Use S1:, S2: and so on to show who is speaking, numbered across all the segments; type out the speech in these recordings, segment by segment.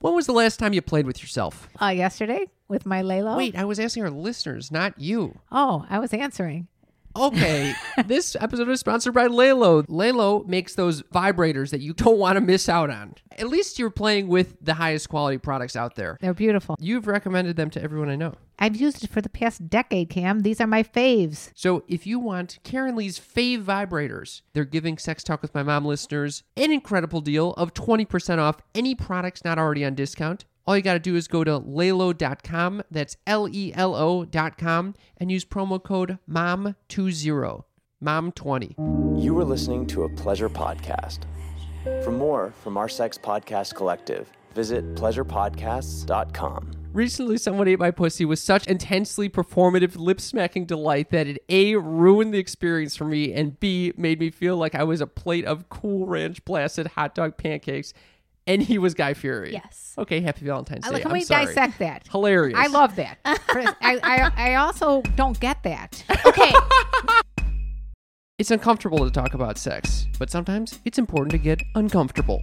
S1: When was the last time you played with yourself?
S2: Uh, yesterday with my Lalo.
S1: Wait, I was asking our listeners, not you.
S2: Oh, I was answering.
S1: Okay, this episode is sponsored by Lalo. Lalo makes those vibrators that you don't want to miss out on. At least you're playing with the highest quality products out there.
S2: They're beautiful.
S1: You've recommended them to everyone I know.
S2: I've used it for the past decade, Cam. These are my faves.
S1: So if you want Karen Lee's fave vibrators, they're giving Sex Talk with My Mom listeners an incredible deal of 20% off any products not already on discount. All you got to do is go to lelo.com, that's L E L O.com, and use promo code MOM20, MOM20.
S3: You are listening to a pleasure podcast. For more from our sex podcast collective, visit pleasurepodcasts.com.
S1: Recently, someone ate my pussy with such intensely performative lip smacking delight that it A, ruined the experience for me, and B, made me feel like I was a plate of cool ranch blasted hot dog pancakes, and he was Guy Fury.
S4: Yes.
S1: Okay, happy Valentine's
S2: I
S1: Day.
S2: like how
S1: I'm
S2: we
S1: sorry.
S2: dissect that.
S1: Hilarious.
S2: I love that. I, I, I also don't get that.
S4: Okay.
S1: It's uncomfortable to talk about sex, but sometimes it's important to get uncomfortable.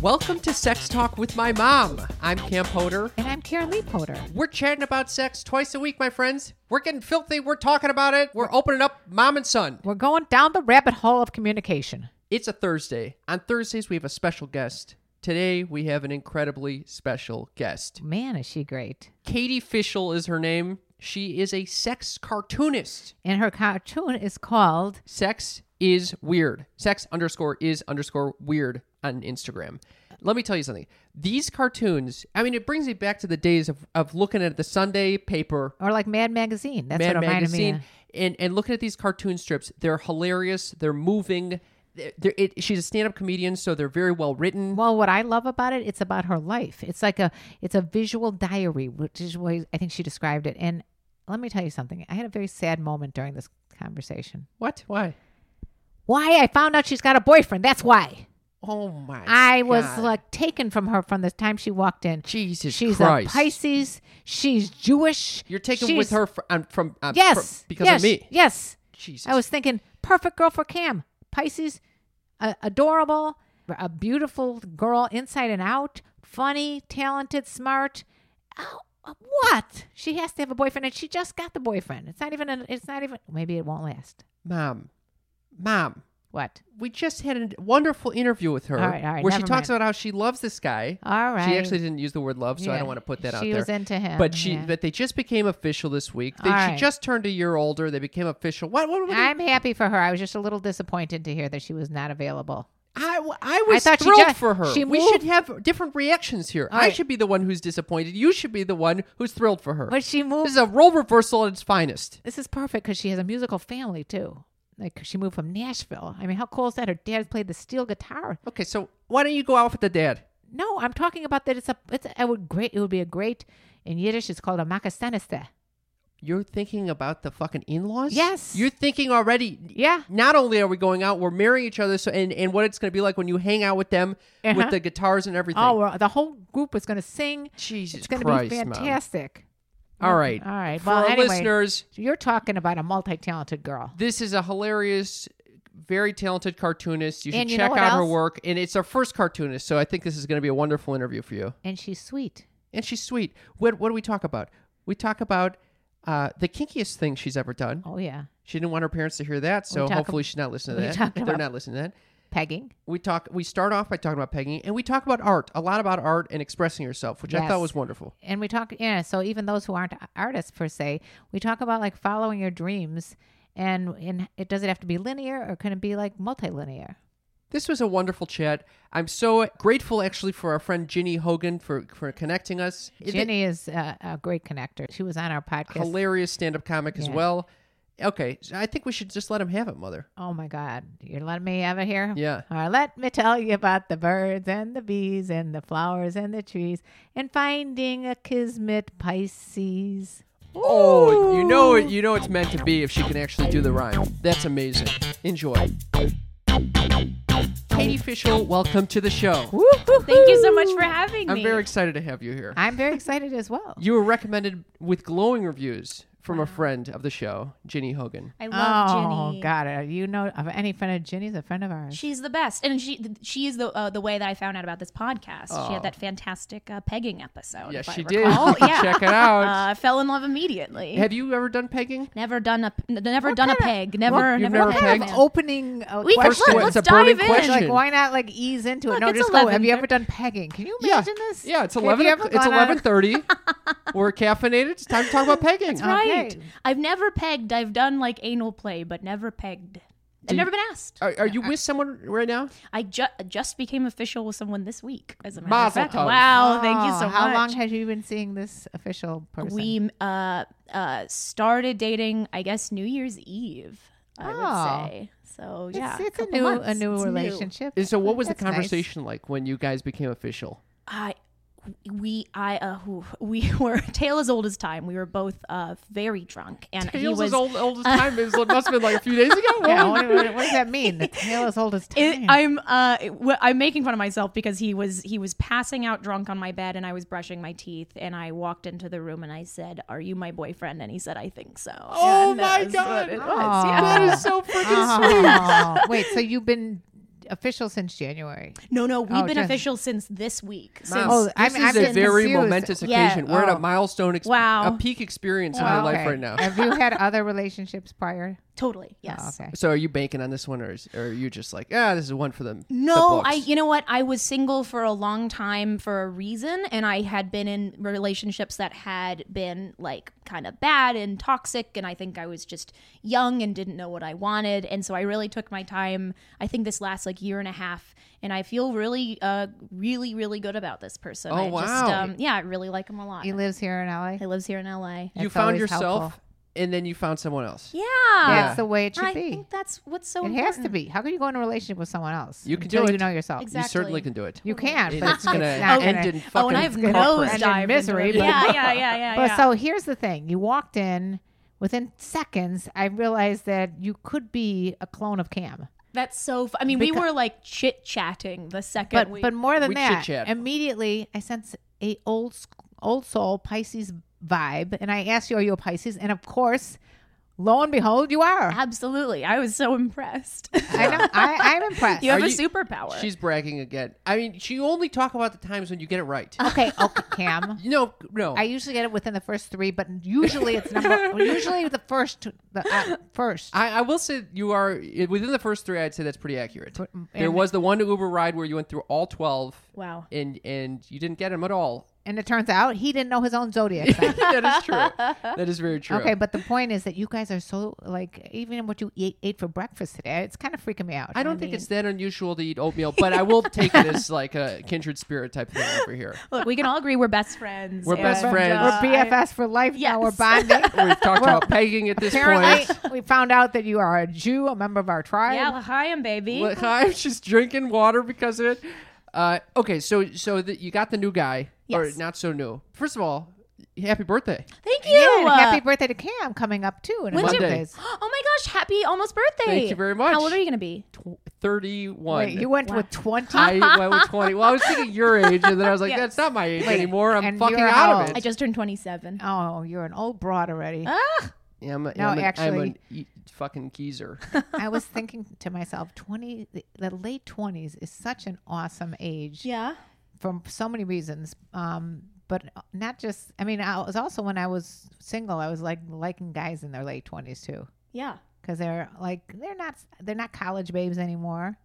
S1: Welcome to Sex Talk with My Mom. I'm Camp Hoder.
S2: And I'm Karen Leapoter.
S1: We're chatting about sex twice a week, my friends. We're getting filthy. We're talking about it. We're opening up mom and son.
S2: We're going down the rabbit hole of communication.
S1: It's a Thursday. On Thursdays, we have a special guest. Today, we have an incredibly special guest.
S2: Man, is she great.
S1: Katie Fischel is her name. She is a sex cartoonist.
S2: And her cartoon is called
S1: Sex is weird. Sex underscore is underscore weird on Instagram. Let me tell you something. These cartoons, I mean, it brings me back to the days of, of looking at the Sunday paper
S2: or like Mad Magazine. That's
S1: Mad
S2: what it reminded me.
S1: Magazine.
S2: of.
S1: And and looking at these cartoon strips, they're hilarious. They're moving. They're, they're- it, she's a stand-up comedian, so they're very well written.
S2: Well, what I love about it, it's about her life. It's like a it's a visual diary, which is what I think she described it. And let me tell you something. I had a very sad moment during this conversation.
S1: What? Why?
S2: Why I found out she's got a boyfriend. That's why
S1: Oh my!
S2: I was
S1: God.
S2: like taken from her from the time she walked in.
S1: Jesus
S2: she's
S1: Christ.
S2: a Pisces. She's Jewish.
S1: You're taken
S2: she's-
S1: with her fr- um, from uh, fr-
S2: Yes,
S1: because
S2: yes,
S1: of me.
S2: Yes,
S1: Jesus.
S2: I was thinking perfect girl for Cam. Pisces, a adorable, a beautiful girl inside and out, funny, talented, smart. Oh, what? She has to have a boyfriend, and she just got the boyfriend. It's not even. An, it's not even. Maybe it won't last.
S1: mom, mom.
S2: What?
S1: We just had a wonderful interview with her,
S2: All right, all right,
S1: where she
S2: never
S1: talks
S2: mind.
S1: about how she loves this guy.
S2: All right.
S1: She actually didn't use the word love, so I
S2: Yeah,
S1: don't want to put that out there.
S2: she was into him,
S1: but she,
S2: yeah.
S1: but they just became official this week. They,
S2: All
S1: she
S2: right.
S1: just turned a year older. They became official. What? What? what
S2: I'm happy for her. I was just a little disappointed to hear that she was not available.
S1: I, w- I was
S2: thought she
S1: thrilled
S2: ju-
S1: for her.
S2: she
S1: we
S2: moved-
S1: should have different reactions here. I
S2: right.
S1: should be the one who's disappointed. You should be the one who's thrilled for her.
S2: But she moved.
S1: this is a role reversal at its finest.
S2: this is perfect because she has a musical family too. Like she moved from Nashville. I mean, how cool is that? Her dad played the steel guitar.
S1: Okay, so why don't you go out with the dad?
S2: No, I'm talking about that. It's a. It's a, it would great. It would be a great. In Yiddish, it's called a makaseniste.
S1: You're thinking about the fucking in-laws.
S2: Yes.
S1: You're thinking already.
S2: Yeah.
S1: Not only are we going out, we're marrying each other. So and and what it's going to be like when you hang out with them with
S2: Uh-huh.
S1: the guitars and everything.
S2: Oh, well, the whole group is going to sing.
S1: Jesus
S2: It's going to
S1: Christ,
S2: be
S1: Mom.
S2: fantastic.
S1: All right.
S2: All right.
S1: For
S2: Well,
S1: our
S2: anyway,
S1: listeners,
S2: you're talking about a multi-talented girl.
S1: This is a hilarious, very talented cartoonist. You should
S2: And you know
S1: check
S2: what
S1: out her
S2: else?
S1: work. And it's our first cartoonist, so I think this is going to be a wonderful interview for you.
S2: And she's sweet.
S1: And she's sweet. What, what do we talk about? We talk about uh, the kinkiest thing she's ever done.
S2: Oh yeah,
S1: She didn't want her parents to hear that, so
S2: talk
S1: hopefully
S2: ab-
S1: she's not listening to
S2: we
S1: that.
S2: talk
S1: They're
S2: about-
S1: not listening to that.
S2: pegging.
S1: We talk. We start off by talking about pegging, and we talk about art, a lot about art and expressing yourself, which I
S2: Yes.
S1: thought was wonderful.
S2: and we talk yeah so even those who aren't artists per se we talk about like following your dreams and and it does it have to be linear or can it be like multilinear
S1: This was a wonderful chat. I'm so grateful, actually, for our friend Ginny Hogan for for connecting us. It-
S2: jenny is uh, a great connector she was on our podcast
S1: hilarious stand-up comic as
S2: Yeah.
S1: well. Okay, so I think we should just let him have it, mother.
S2: Oh my God. You're letting me have it here?
S1: Yeah.
S2: All right, let me tell you about the birds and the bees and the flowers and the trees and finding a kismet Pisces.
S1: Oh, you know it. You know it's meant to be if she can actually do the rhyme. That's amazing. Enjoy. Katie Fishel, welcome to the show.
S4: Thank you so much for having me.
S1: I'm very excited to have you here.
S2: I'm very excited as well.
S1: You were recommended with glowing reviews from a friend of the show, Ginny Hogan.
S4: I love
S2: oh,
S4: Ginny.
S2: God. uh, You know, of any friend of Ginny's a friend of ours.
S4: She's the best, and she she is the uh, the way that I found out about this podcast. She
S1: Oh.
S4: had that fantastic uh, pegging episode.
S1: Yes,
S4: if I
S1: she did.
S4: recall. yeah,
S1: Check it out.
S4: Uh, I fell in love immediately.
S1: Have you ever done pegging?
S4: never done a p- n- never done a peg. Never
S1: you've
S4: never,
S1: never
S4: done
S1: pegged? Oh, An
S4: a peg.
S2: Opening uh,
S4: We
S2: question.
S4: can, let's,
S1: First one,
S4: let's
S1: it's a burning
S4: dive in.
S1: question.
S2: Like, why not like ease into it?
S4: Look,
S2: no,
S4: it's
S2: just go. Have you
S4: 11.
S2: ever done pegging? Can you imagine this?
S1: Yeah, it's
S2: Have
S1: eleven.
S2: you ever
S1: It's
S2: gone on-
S1: eleven thirty. We're caffeinated. It's time to talk about pegging.
S4: Right.
S2: Okay.
S4: I've never pegged. I've done like anal play, but never pegged. I've
S1: Do you- Uh,
S4: never been asked.
S1: Are, are you with someone right now?
S4: I ju- just became official with someone this week. As a matter
S1: Mazel
S4: of fact.
S1: tov. Ah,
S4: Wow, thank you
S2: Oh,
S4: so
S2: How
S4: much.
S2: long had you been seeing this official person?
S4: We uh, uh, started dating, I guess, New Year's Eve. I
S2: Oh.
S4: would say so.
S2: It's,
S4: Yeah,
S2: it's a
S4: couple
S2: new
S4: months.
S2: a new
S4: It's
S2: relationship.
S1: And so, what was
S2: That's
S1: the
S2: nice.
S1: conversation like when you guys became official?
S4: I we I uh who- we were tale as old as time. We were both uh very drunk, and he
S1: Tails
S4: was.
S1: is old, old as time. It was- it must have been like a few days ago.
S2: Yeah, what, what- what does that mean? The tail as old as
S4: Oh, It-
S2: time.
S4: I'm uh wh- I'm making fun of myself because he was he was passing out drunk on my bed and I was brushing my teeth and I walked into the room and I said, "Are you my boyfriend?" and he said, "I think so."
S1: Oh
S4: And
S1: my
S4: that's
S1: God.
S4: what it was.
S2: Aw.
S4: Yeah.
S1: That is so freaking sweet.
S2: Oh, wait, so you've been official since January?
S4: No, no, we've
S2: Oh,
S4: been
S2: just-
S4: official since this week. Since
S1: Mom,
S2: Oh,
S1: this is
S2: I'm- I'm
S1: a
S2: getting
S1: very
S2: confused.
S1: momentous
S4: Yeah.
S1: occasion. We're at
S2: Oh.
S1: a milestone, ex-
S4: Wow.
S1: a peak experience in
S2: Oh,
S1: your life
S2: okay.
S1: right now.
S2: Have you had other relationships prior?
S4: Totally,
S2: Oh,
S4: yes.
S2: okay.
S1: So, are you banking on this one, or, is, or are you just like, ah, this is one for them?
S4: No,
S1: the
S4: I.
S1: books."
S4: You know what? I was single for a long time for a reason, and I had been in relationships that had been like kind of bad and toxic, and I think I was just young and didn't know what I wanted, and so I really took my time. I think this last like year and a half, and I feel really, uh, really, really good about this person.
S1: Oh,
S4: I Just,
S1: wow.
S4: um, yeah, I really like him a lot.
S2: He lives here in LA.
S4: he lives here in L.A.
S1: you
S2: That's
S1: found
S2: always
S1: yourself,
S2: helpful.
S1: and then you found someone else.
S4: Yeah,
S2: That's the way it should
S4: I
S2: be.
S4: think that's what's so
S2: it
S4: important.
S2: has to be. How can you go in a relationship with someone else?
S1: You can
S2: until
S1: do
S2: you
S1: it.
S2: know yourself.
S4: Exactly.
S1: You certainly can do it.
S2: You can, but
S1: It's
S2: it's,
S1: gonna
S2: not
S1: end
S2: gonna-
S1: in fucking.
S4: Oh, and I've
S1: corporate.
S4: nosedived
S2: And
S4: into it.
S2: misery, but-
S4: Yeah, yeah, yeah, yeah.
S2: But
S4: yeah.
S2: so here's the thing: you walked in. Within seconds, I realized that you could be a clone of Cam.
S4: That's so. Fu- I mean, we
S2: Because-
S4: were like chit chatting the second
S2: But
S4: we.
S2: but more than
S1: we
S2: that,
S1: chit-chat.
S2: immediately I sense a old s- old soul Pisces vibe, and I asked you, "Are you a Pisces?" And of course, lo and behold, you are.
S4: absolutely, I was so impressed.
S2: I know. I, I'm impressed.
S4: you have
S1: Are
S4: a
S1: you-
S4: superpower.
S1: She's bragging again. I mean, she only talk about the times when you get it right.
S2: okay, okay, Cam.
S1: No, no.
S2: I usually get it within the first three, but usually it's number. usually the first, the uh, first.
S1: I, I will say you are within the first three. I'd say that's pretty accurate.
S2: and-
S1: there was the one Uber ride where you went through all twelve.
S4: Wow.
S1: And and you didn't get him at all.
S2: and it turns out he didn't know his own zodiac. sign.
S1: that is true. That is very true.
S2: Okay, but the point is that you guys are so like even what you ate, ate for breakfast today, it's kind of freaking me out.
S1: I don't think it's that unusual to eat oatmeal, but I will take it as like a kindred spirit type thing over here.
S4: Look, we can all agree we're best friends.
S1: We're best
S4: and,
S1: friends.
S4: uh,
S2: we're BFS for life now. We're
S4: Yes.
S2: bonding.
S1: We've talked about pegging at this point.
S2: Apparently, we found out that you are a Jew, a member of our tribe.
S4: Yeah, hi, I'm baby.
S1: Well, Hi, she's drinking water because of it. Uh, okay, so so the, you got the new guy,
S4: Yes.
S1: or not so new. First of all, happy birthday!
S4: Thank you.
S2: Yeah, and
S4: Uh,
S2: happy birthday to Cam coming up too in a
S4: when's
S2: couple
S4: your-
S2: days.
S4: Oh my gosh! Happy almost birthday.
S1: Thank you very much.
S4: How old are you gonna be?
S1: Thirty-one.
S2: Wait, you went with twenty.
S1: I went with twenty. Well, I was thinking your age, and then I was like,
S4: Yes.
S1: that's not my age anymore. I'm
S2: and
S1: fucking
S2: you're
S1: out
S2: how
S1: of it.
S2: old?
S4: I just turned 27.
S2: oh, you're an old broad already.
S4: Oh.
S1: yeah, I'm a,
S2: No,
S1: I'm a- I'm
S2: actually-
S1: an e- fucking geezer.
S2: I was thinking to myself, twenty, the, the late twenties is such an awesome age.
S4: yeah.
S2: for so many reasons. Um, but not just. I mean, I was also when I was single, I was like liking guys in their late twenties too,
S4: Yeah.
S2: because they're like they're not they're not college babes anymore,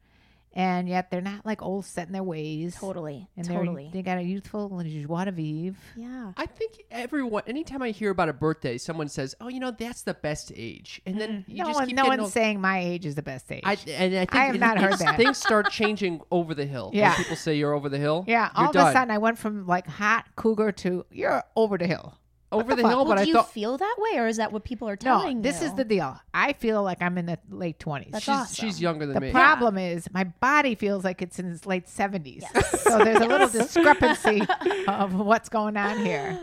S2: and yet they're not like old set in their ways.
S4: Totally.
S2: And they're-
S4: totally.
S2: they got a youthful joie de vivre.
S4: yeah.
S1: I think everyone. Anytime I hear about a birthday, someone says, "Oh, you know, that's the best age," and then you
S2: Mm-hmm. no
S1: just
S2: one,
S1: keep
S2: no
S1: getting
S2: one's
S1: old-
S2: saying my age is the best age.
S1: I, and I think
S2: I have
S1: it-
S2: not heard
S1: it's-
S2: that.
S1: things start changing over the hill. When
S2: Yeah.
S1: people say you're over the hill.
S2: yeah,
S1: you're
S2: all of
S1: done.
S2: a sudden I went from like hot cougar to you're over the hill.
S1: over the,
S2: fuck?
S1: hill,
S4: Well,
S1: Oh, but
S4: do
S1: I
S4: you
S1: thought
S4: feel that way, or is that what people are telling
S2: No, this
S4: you?
S2: is the deal. I feel like I'm in the late 20s.
S4: That's
S1: she's
S4: awesome.
S1: she's younger than
S2: the
S1: me.
S2: problem is my body feels like it's in its late 70s. So there's a little discrepancy of what's going on here.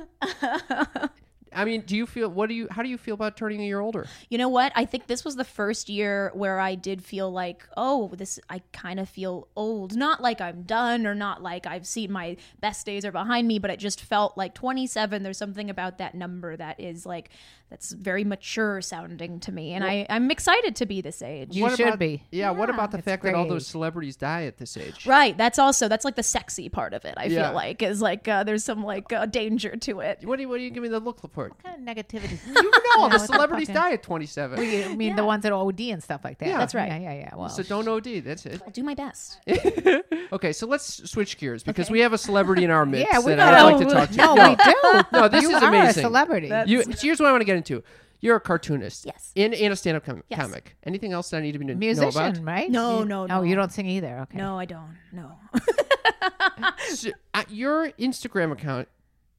S1: I mean, do you feel what do you how do you feel about turning a year older?
S4: You know what? I think this was the first year where I did feel like, oh, this I kind of feel old. Not like I'm done or not like I've seen my best days are behind me, but it just felt like 27. There's something about that number that is like that's very mature sounding to me, and I I'm excited to be this age.
S2: You should
S1: about,
S2: be.
S1: Yeah, what about the
S2: it's
S1: fact that all those
S2: great.
S1: celebrities die at this age?
S4: Right, that's also that's like the sexy part of it. I
S1: Yeah.
S4: feel like is like uh, there's some like uh, danger to it.
S1: What do you what do you give me the look for?
S2: kind of negativity.
S1: You know, all
S2: what the
S1: the celebrities
S2: fuck?
S1: die at twenty seven.
S2: I mean, the ones that OD and stuff like that.
S1: Yeah. That's
S4: right.
S2: Yeah, yeah, yeah. Well,
S1: So don't OD. That's it.
S4: I'll do my best.
S1: Okay, so let's switch gears because we have a celebrity in our midst
S2: yeah, we
S1: that I'd like to
S2: gotta-
S1: talk to.
S2: No, we do.
S1: No, this
S2: you
S1: is
S2: are
S1: amazing.
S2: a celebrity.
S1: You, so here's what I want to get into. You're a cartoonist.
S4: Yes.
S1: And, and a stand-up com-
S4: Yes.
S1: comic. Anything else that I need to be kn- know
S2: Musician,
S1: about?
S2: right?
S4: No,
S2: You-
S4: no,
S2: Oh,
S4: no.
S2: you don't sing either. Okay.
S4: No, I don't. No.
S1: So, uh, your Instagram account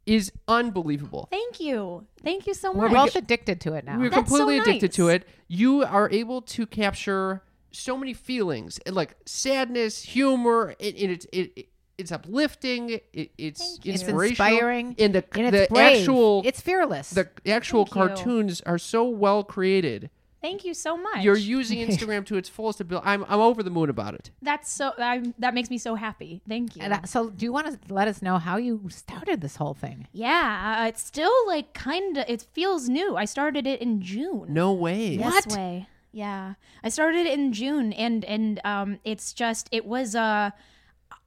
S1: is unbelievable.
S4: Thank you. Thank you so
S2: We're
S4: much.
S2: both addicted to it now.
S1: We're
S4: That's
S1: completely
S4: so
S1: addicted to
S4: nice.
S1: it. You are able to capture so many feelings, and, like sadness, humor. It, it, it's- it, it- it's uplifting. It, it's
S2: It's
S1: inspirational.
S2: inspiring.
S1: And the
S2: and
S1: the
S2: it's brave.
S1: actual
S2: It's fearless.
S1: the actual
S4: Thank you.
S1: cartoons are so well created.
S4: Thank you so much.
S1: You're using Instagram to its fullest ability. I'm I'm over the moon about it.
S4: That's so. I'm, that makes me so happy. Thank you.
S2: And uh, so, do you want to let us know how you started this whole thing?
S4: yeah, uh, it's still like kind of. It feels new. I started it in June.
S1: No way.
S4: Yes way. Yeah, I started it in June, and and um, it's just it was uh,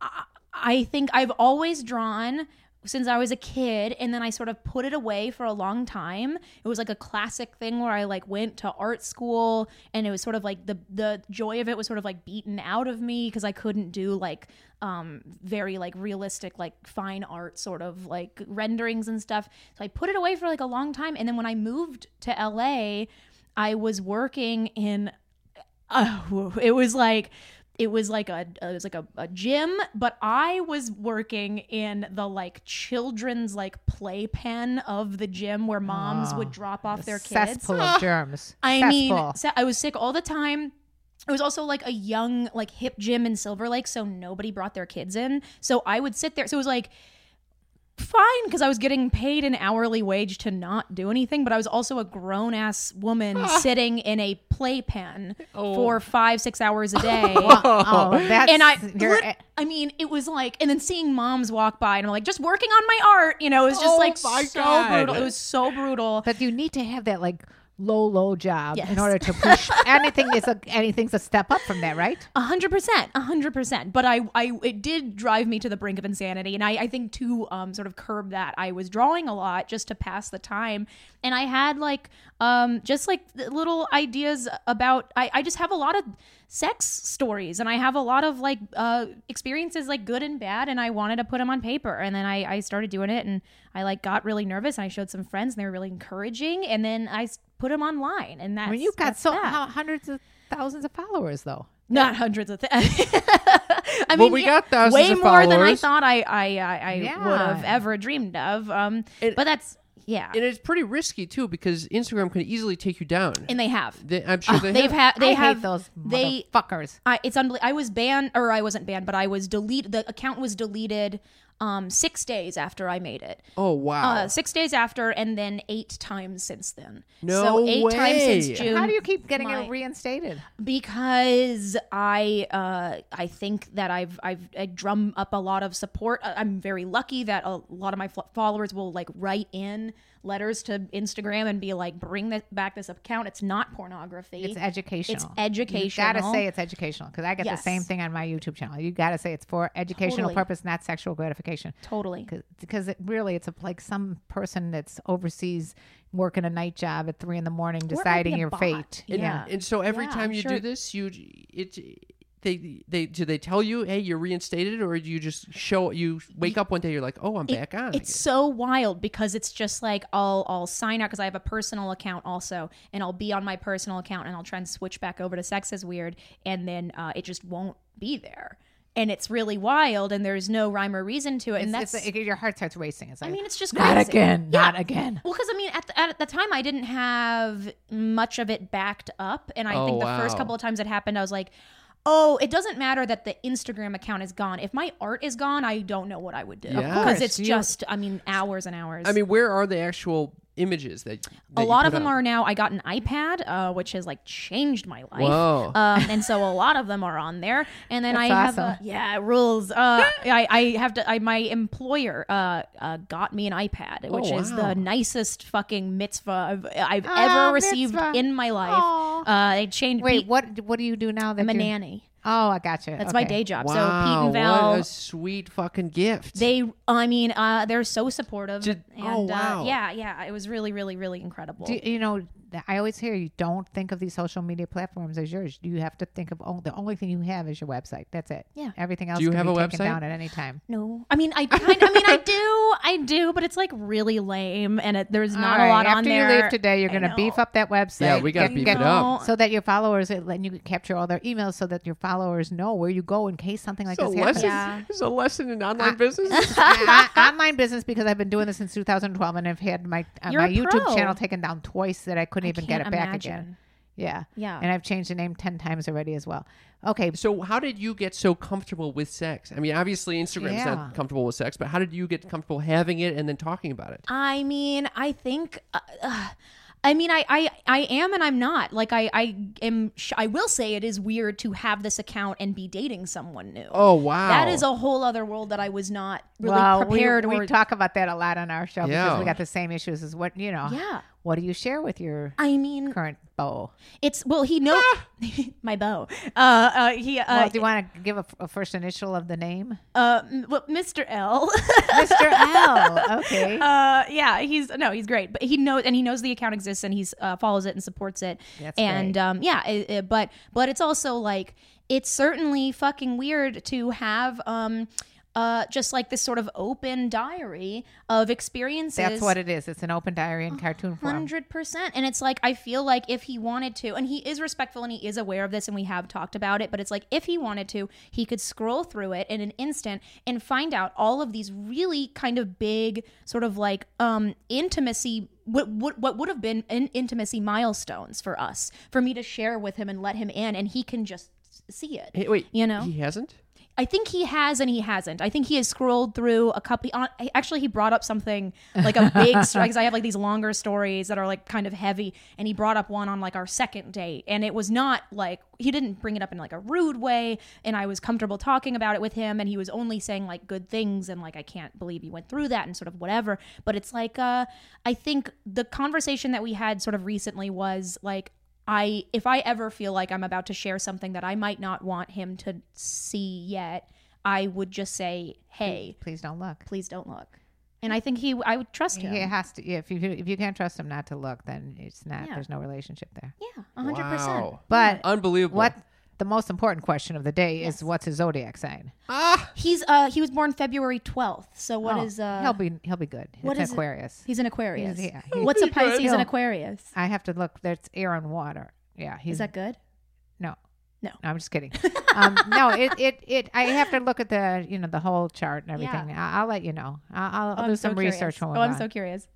S4: I- I think I've always drawn since I was a kid, and then I sort of put it away for a long time. It was like a classic thing where I like went to art school, and it was sort of like the the joy of it was sort of like beaten out of me because I couldn't do like um very like realistic like fine art sort of like renderings and stuff. So I put it away for like a long time, and then when I moved to LA, I was working in oh, it was like it was like a uh, it was like a, a gym, but I was working in the like children's like playpen of the gym where moms would drop off their kids. Ah,
S2: Cesspool of germs.
S4: I
S2: Cesspool.
S4: mean, se- I was sick all the time. It was also like a young, like hip gym in Silver Lake, so nobody brought their kids in. So I would sit there. So it was like fine because I was getting paid an hourly wage to not do anything, but I was also a grown ass
S1: Ah.
S4: woman sitting in a playpen
S1: Oh.
S4: for five, six hours a day.
S2: oh, that's e-,
S4: And I,
S2: you're-
S4: lit- I mean, it was like, and then seeing moms walk by, and I'm like, just working on my art, you know, it was just
S1: Oh
S4: like
S1: my
S4: so
S1: God.
S4: brutal. It was so brutal.
S2: but you need to have that like low, low job in
S4: Yes.
S2: order to push. anything is a anything's a step up from that, right?
S4: A hundred percent, a hundred percent. But I, I, it did drive me to the brink of insanity, and I, I think to um, sort of curb that, I was drawing a lot just to pass the time, and I had like, um, just like little ideas about. I, I just have a lot of sex stories, and I have a lot of like uh, experiences, like good and bad, and I wanted to put them on paper, and then I, I started doing it, and I like got really nervous, and I showed some friends, and they were really encouraging, and then I s- put them online, and that's
S2: I mean, you've got
S4: that's
S2: so
S4: that.
S2: how, hundreds of thousands of followers, though.
S4: Not hundreds of things. I
S1: Well, we got thousands
S4: way
S1: of
S4: more than I
S1: followers.
S4: thought I I, I, I
S2: Yeah.
S4: would have ever dreamed of. Um,
S1: It-
S4: but that's yeah,
S1: And it's pretty risky too because Instagram can easily take you down.
S4: and they have.
S1: They- I'm sure they
S4: They've
S1: have.
S4: had. They
S2: I
S4: have
S2: hate those
S4: They.
S2: motherfuckers.
S4: I, it's unbelievable. I was banned, or I wasn't banned, but I was deleted. The account was deleted um, six days after I made it.
S1: Oh wow.
S4: Uh, six days after, and then eight times since then.
S1: No
S4: so eight times since
S1: way.
S4: June.
S2: How do you keep getting
S4: my-
S2: it reinstated?
S4: because I uh, I think that I've I've I drum up a lot of support. I- I'm very lucky that a lot of my fo- followers will like write in letters to Instagram and be like, "Bring this back this account. It's not pornography.
S2: It's educational.
S4: It's
S2: You gotta
S4: educational.
S2: say it's educational because I get
S4: Yes.
S2: the same thing on my YouTube channel. You gotta say it's for educational
S4: Totally.
S2: purpose, not sexual gratification.
S4: totally
S2: Because it really, it's a, like some person that's overseas working a night job at three in the morning,
S4: Or it might be
S2: deciding
S4: a
S2: your
S4: bot.
S2: fate.
S1: And,
S4: Yeah.
S1: and so every
S4: Yeah,
S1: time
S4: I'm
S1: you do
S4: sure.
S1: this, you it they they do they tell you, hey, you're reinstated, or do you just show you wake up one day, you're like, oh, I'm back on.
S4: It's so wild because it's just like I'll I'll sign up because I have a personal account also, and I'll be on my personal account and I'll try and switch back over to Sex is Weird, and then uh, it just won't be there. and it's really wild and there's no rhyme or reason to it. And
S2: It's-
S4: that's
S2: it's- it- your heart starts racing. It's like,
S4: I mean, it's just
S2: not
S4: crazy.
S2: again,
S4: Yeah.
S2: not again.
S4: Well, because I mean, at the, at the time, I didn't have much of it backed up, and I
S1: Oh,
S4: think the first
S1: wow.
S4: couple of times it happened, I was like, "Oh, it doesn't matter that the Instagram account is gone. If my art is gone, I don't know what I would do
S1: Yeah. Of
S2: course,
S4: because it's
S2: you-
S4: just, I mean, hours and hours.
S1: I mean, where are the actual images that, that
S4: a
S1: you
S4: lot of
S1: put
S4: them
S1: up?
S4: are now. I got an iPad, uh, which has like changed my life.
S1: Whoa.
S4: Um, and so a lot of them are on there. And then
S2: That's
S4: I
S2: awesome.
S4: have, a, yeah, it rules. Uh, I, I have to. I, my employer uh, uh, got me an iPad, which is
S1: Oh, wow.
S4: the nicest fucking mitzvah I've, I've
S2: Ah,
S4: ever received
S2: mitzvah.
S4: in my life.
S2: Aw.
S4: Uh, they changed.
S2: Wait,
S4: Pete-
S2: what what do you do now that
S4: I'm a
S2: you're-
S4: nanny.
S2: Oh, I got you.
S4: That's my
S2: Okay.
S4: day job.
S1: Wow,
S4: so Pete and Val,
S1: what a sweet fucking gift.
S4: they, I mean, uh, they're so supportive.
S1: Did-
S4: and,
S1: oh, wow.
S4: Uh, yeah, yeah, it was really, really, really incredible.
S2: Do, you know, th- I always hear you don't think of these social media platforms as yours. You have to think of on- the only thing you have is your website. That's it.
S4: Yeah.
S2: Everything else
S1: you
S2: can
S1: have
S2: be
S1: a
S2: taken
S1: website?
S2: down at any time.
S4: No, I mean I kind. I mean I do, I do, but it's like really lame, and it, there's not
S2: All right,
S4: a lot
S2: After
S4: on
S2: you
S4: there.
S2: leave today, you're
S4: I
S2: going to
S4: know.
S2: beef up that website.
S1: Yeah, we gotta
S2: Get-
S1: beef
S2: get-
S1: it up.
S2: So that your followers, it let you capture all their emails so that your followers know where you go in case something like
S1: it's, a
S2: this happens.
S1: lesson,
S4: Yeah.
S1: it's a lesson in online business.
S2: I, I, online business because I've been doing this since 2012 and I've had my uh,
S4: You're
S2: my
S4: a
S2: YouTube
S4: pro.
S2: channel taken down twice that I couldn't even get
S4: can't
S2: it back
S4: imagine.
S2: again. Yeah.
S4: Yeah.
S2: And I've changed the name 10 times already as well. Okay.
S1: so, how did you get so comfortable with sex? I mean, obviously, Instagram's
S2: Yeah.
S1: not comfortable with sex, but how did you get comfortable having it and then talking about it?
S4: I mean, I think. Uh, uh, I mean, I, I, I am and I'm not. Like, I, I am. Sh- I will say it is weird to have this account and be dating someone new.
S1: Oh, wow.
S4: that is a whole other world that I was not really
S2: Well, we-
S4: prepared
S2: we,
S4: or.
S2: talk about that a lot on our show
S1: Yeah.
S2: because we got the same issues as what, you know.
S4: Yeah.
S2: What do you share with your
S4: I mean,
S2: current beau?
S4: it's well. He knows my bow. Uh, uh, he. Uh,
S2: Ah! Well, do you want to give a, a first initial of the name?
S4: uh, m- well, Mr. L.
S2: Mr. L. Okay.
S4: uh yeah he's no he's great but he knows and he knows the account exists and he's uh, follows it and supports it
S2: That's
S4: and
S2: great.
S4: um yeah it, it- but but it's also like it's certainly fucking weird to have um uh just like this sort of open diary of experiences
S2: That's what it is. It's an open diary in cartoon form.
S4: Hundred percent, and it's like I feel like if he wanted to, and he is respectful and he is aware of this, and we have talked about it. But it's like if he wanted to, he could scroll through it in an instant and find out all of these really kind of big, sort of like um intimacy. What what what would have been in intimacy milestones for us, for me to share with him and let him in, and he can just see it.
S1: Hey, wait,
S4: You know?
S1: he hasn't.
S4: I think he has and he hasn't. I think he has scrolled through a couple. On, actually, he brought up something like a big story because I have like these longer stories that are like kind of heavy, and he brought up one on like our second date, and it was not like he didn't bring it up in like a rude way, and I was comfortable talking about it with him, and he was only saying like good things and like I can't believe you went through that and sort of whatever. But it's like uh, I think the conversation that we had sort of recently was like I if I ever feel like I'm about to share something that I might not want him to see yet, I would just say, "Hey,
S2: Please don't look.
S4: please don't look." And I think he I would trust him.
S2: He has to. If you if you can't trust him not to look, then it's not.
S4: Yeah.
S2: There's no relationship there.
S4: Yeah, 100%.
S1: Wow.
S2: But
S1: Unbelievable.
S2: what the most important question of the day is what's his zodiac sign?
S1: Ah,
S4: He's uh he was born February 12th. So what is uh
S2: Oh, he'll be he'll be good.
S4: what
S2: it's
S4: is it?
S2: Aquarius.
S4: He's an Aquarius.
S2: He's- yeah, he's-
S4: What's a Pisces and
S2: He'll-
S4: Aquarius?
S2: I have to look. There's air and water. Yeah, he's
S4: Is that good?
S2: no.
S4: No.
S2: I'm just kidding. um, no, it, it, it. I have to look at the, you know, the whole chart and everything. I, I'll let you know. I- I'll, I'll
S4: Oh,
S2: do
S4: I'm so
S2: some
S4: curious.
S2: research. when
S4: Oh,
S2: we're
S4: I'm
S2: done.
S4: so curious.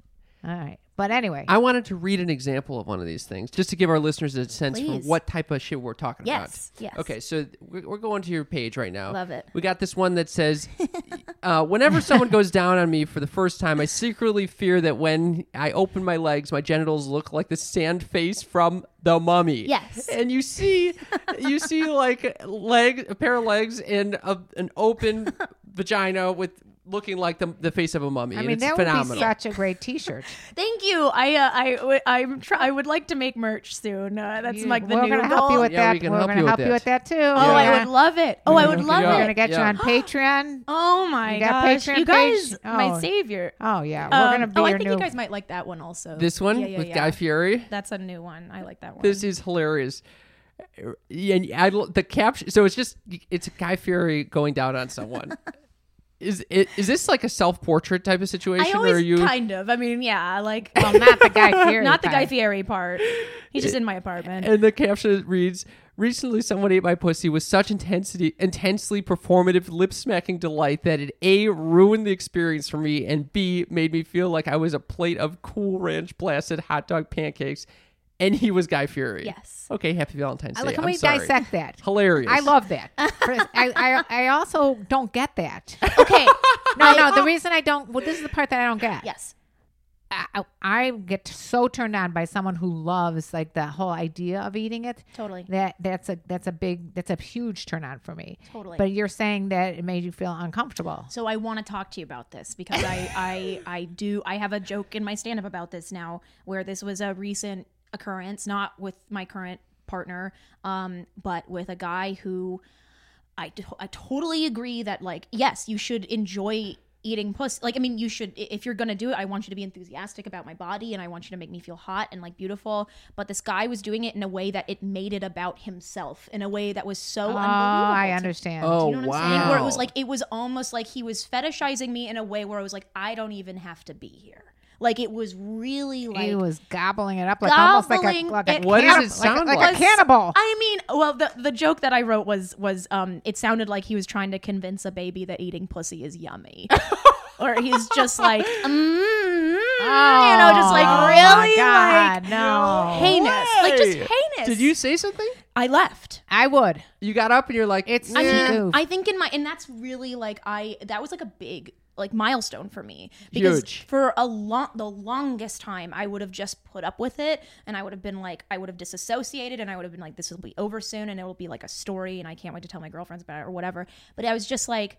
S2: All right. But anyway,
S1: I wanted to read an example of one of these things just to give our listeners a sense
S4: Please.
S1: for what type of shit we're talking
S4: Yes,
S1: about.
S4: yes.
S1: Okay, so th- we're we're going to your page right now.
S4: Love it.
S1: We got this one that says, uh, "Whenever someone goes down on me for the first time, I secretly fear that when I open my legs, my genitals look like the sand face from The Mummy."
S4: Yes.
S1: and you see, you see like leg, a pair of legs, and a, an open vagina with looking like the, the face of a mummy.
S2: I
S1: and
S2: mean
S1: it's
S2: that
S1: phenomenal.
S2: would be such a great T-shirt.
S4: Thank you. I uh, I w- I'm tr- I would like to make merch soon. Uh, that's
S2: You-
S4: like the
S2: we're
S4: new
S2: gonna
S4: goal.
S2: help you with
S1: Yeah,
S2: that.
S1: we can
S2: are
S1: help
S2: gonna
S1: you with
S2: help you
S1: that.
S2: with that too.
S4: Oh, I
S2: Yeah.
S4: would love it. Oh, I would
S1: Yeah.
S4: love
S1: Yeah.
S2: We're
S4: it.
S2: gonna get
S1: Yeah.
S2: you on Patreon.
S4: Oh my
S2: You got
S4: gosh.
S2: Patreon
S4: You guys,
S2: page? Oh.
S4: my savior.
S2: Oh yeah,
S4: Um,
S2: we're gonna be
S4: oh, I
S2: your
S4: think
S2: new.
S4: you guys might like that one also.
S1: This one
S4: Yeah, yeah,
S1: with
S4: yeah.
S1: Guy Fieri.
S4: That's a new one. I like that one.
S1: This is hilarious. Yeah, And I, lo- the caption. So it's just it's Guy Fury going down on someone. is it is this like a self portrait type of
S4: I
S1: situation,
S4: always
S1: or are you?
S4: kind of. I mean, yeah, like
S2: well, not the guy Fury.
S4: not the Guy
S2: part.
S4: Fieri part. He's just in my apartment.
S1: and the caption reads. Recently, someone ate my pussy with such intensity, intensely performative lip smacking delight that it A, ruined the experience for me, and B, made me feel like I was a plate of cool ranch blasted hot dog pancakes, and he was Guy Fury.
S4: Yes.
S1: Okay, happy Valentine's Day.
S2: Can
S1: I'm
S2: we
S1: sorry.
S2: dissect that?
S1: Hilarious.
S2: I love that. For- I, I, I also don't get that.
S4: Okay.
S2: No, no. The reason I don't, well, this is the part that I don't get.
S4: yes.
S2: I, I get so turned on by someone who loves like the whole idea of eating it.
S4: Totally.
S2: That that's a that's a big that's a huge turn on for me.
S4: Totally.
S2: But you're saying that it made you feel uncomfortable.
S4: So I want to talk to you about this because I, I I do I have a joke in my stand up about this now where this was a recent occurrence, not with my current partner, um, but with a guy who I, t- I totally agree that like yes you should enjoy eating puss like i mean you should i- if you're gonna do it i want you to be enthusiastic about my body and i want you to make me feel hot and like beautiful but this guy was doing it in a way that it made it about himself in a way that was so
S2: oh,
S4: unbelievable
S2: I
S4: to
S2: understand.
S1: Oh,
S4: you know what
S1: wow.
S4: I'm saying? Where it was like it was almost like he was fetishizing me in a way where I was like, I don't even have to be here. Like it was really like
S2: he was gobbling it up like
S4: Gobbling
S2: almost like a like
S4: it
S2: a
S1: What does
S2: cannib-
S1: it sound
S2: like? a-
S1: like?
S2: a cannibal.
S4: I mean, well, the the joke that I wrote was was um, it sounded like he was trying to convince a baby that eating pussy is yummy, or he's just like, mm, you know, just like
S2: Oh,
S4: really
S2: my God,
S4: like
S2: no.
S4: heinous, like just
S1: Hey!
S4: heinous.
S1: Did you say something?
S4: I left.
S2: I would.
S1: You got up and you're like,
S2: It's
S1: "Eh."
S2: Yeah.
S4: I mean,
S2: Oof.
S4: I think in my and that's really like I that was like a big like milestone for me because
S1: Huge.
S4: for a long the longest time I would have just put up with it and I would have been like I would have disassociated and I would have been like this will be over soon and it will be like a story and I can't wait to tell my girlfriends about it or whatever but I was just like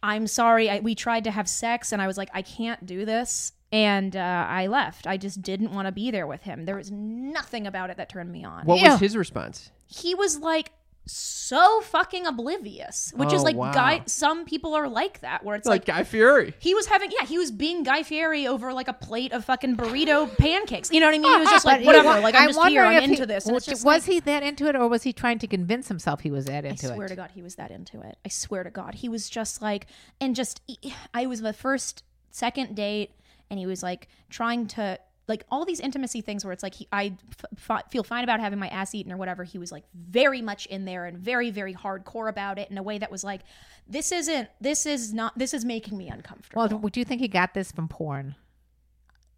S4: I'm sorry I, we tried to have sex and I was like I can't do this and uh, I left I just didn't want to be there with him there was nothing about it that turned me on
S1: what
S2: Yeah.
S1: was his response?
S4: he was like so fucking oblivious, which
S1: Oh,
S4: is like
S1: wow.
S4: guy. Some people are like that, where it's
S1: Like,
S4: like,
S1: Guy Fury.
S4: he was having, yeah, he was being Guy Fieri over like a plate of fucking burrito pancakes. You know what I mean? He was just like,
S2: But
S4: whatever.
S2: you-
S4: Like I'm just
S2: wonder
S4: here. I'm
S2: if he-
S4: into this. And it's
S2: was
S4: just like-
S2: he that into it, or was he trying to convince himself he was that into
S4: I swear
S2: it?
S4: to God, he was that into it. I swear to God, he was just like, and just e, I was the first, second date, and he was like trying to like all these intimacy things where it's like he, I f- f- feel fine about having my ass eaten or whatever. He was like very much in there and very very hardcore about it in a way that was like, this isn't, this is not, this is making me uncomfortable.
S2: well, do do you think he got this from porn?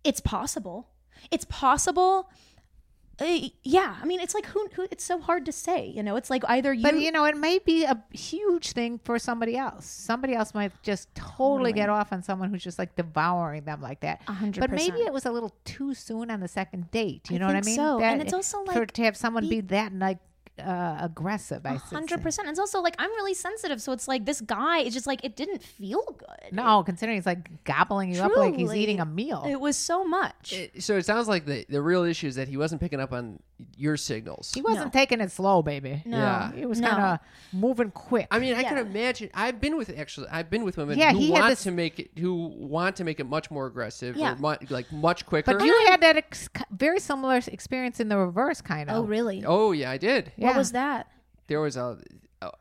S4: it's possible. It's possible. Uh, yeah, I mean, it's like who, who? It's so hard to say. You know, it's like either you.
S2: But you know, it may be a huge thing for somebody else. Somebody else might just totally, get off on someone who's just like devouring them like that.
S4: A hundred
S2: But maybe
S4: percent.
S2: it was a little too soon on the second date. You
S4: I
S2: know what I
S4: think
S2: mean?
S4: so. And it's also,
S2: for,
S4: like,
S2: to have someone
S4: be-
S2: be that like uh, aggressive. I should say.
S4: hundred percent. It's also like I'm really sensitive, so it's like this guy is just like it didn't feel good.
S2: No, considering he's like gobbling you up like he's
S4: Truly,
S2: eating a meal.
S4: it was so much.
S1: It- so it sounds like the, the real issue is that he wasn't picking up on your signals.
S2: he wasn't taking it slow, baby.
S4: no,
S1: Yeah.
S2: It was
S4: no.
S2: kind of moving quick.
S1: I mean, I
S4: Yeah.
S1: can imagine. I've been with actually. I've been with women
S2: Yeah,
S1: who
S2: he had
S1: want
S2: this-
S1: to make it, who want to make it much more aggressive,
S4: Yeah.
S1: or mu- like much quicker.
S2: but you had that ex- very similar experience in the reverse, kind of.
S4: Oh, really?
S1: oh yeah, I did.
S2: Yeah.
S4: What was that?
S1: There was a.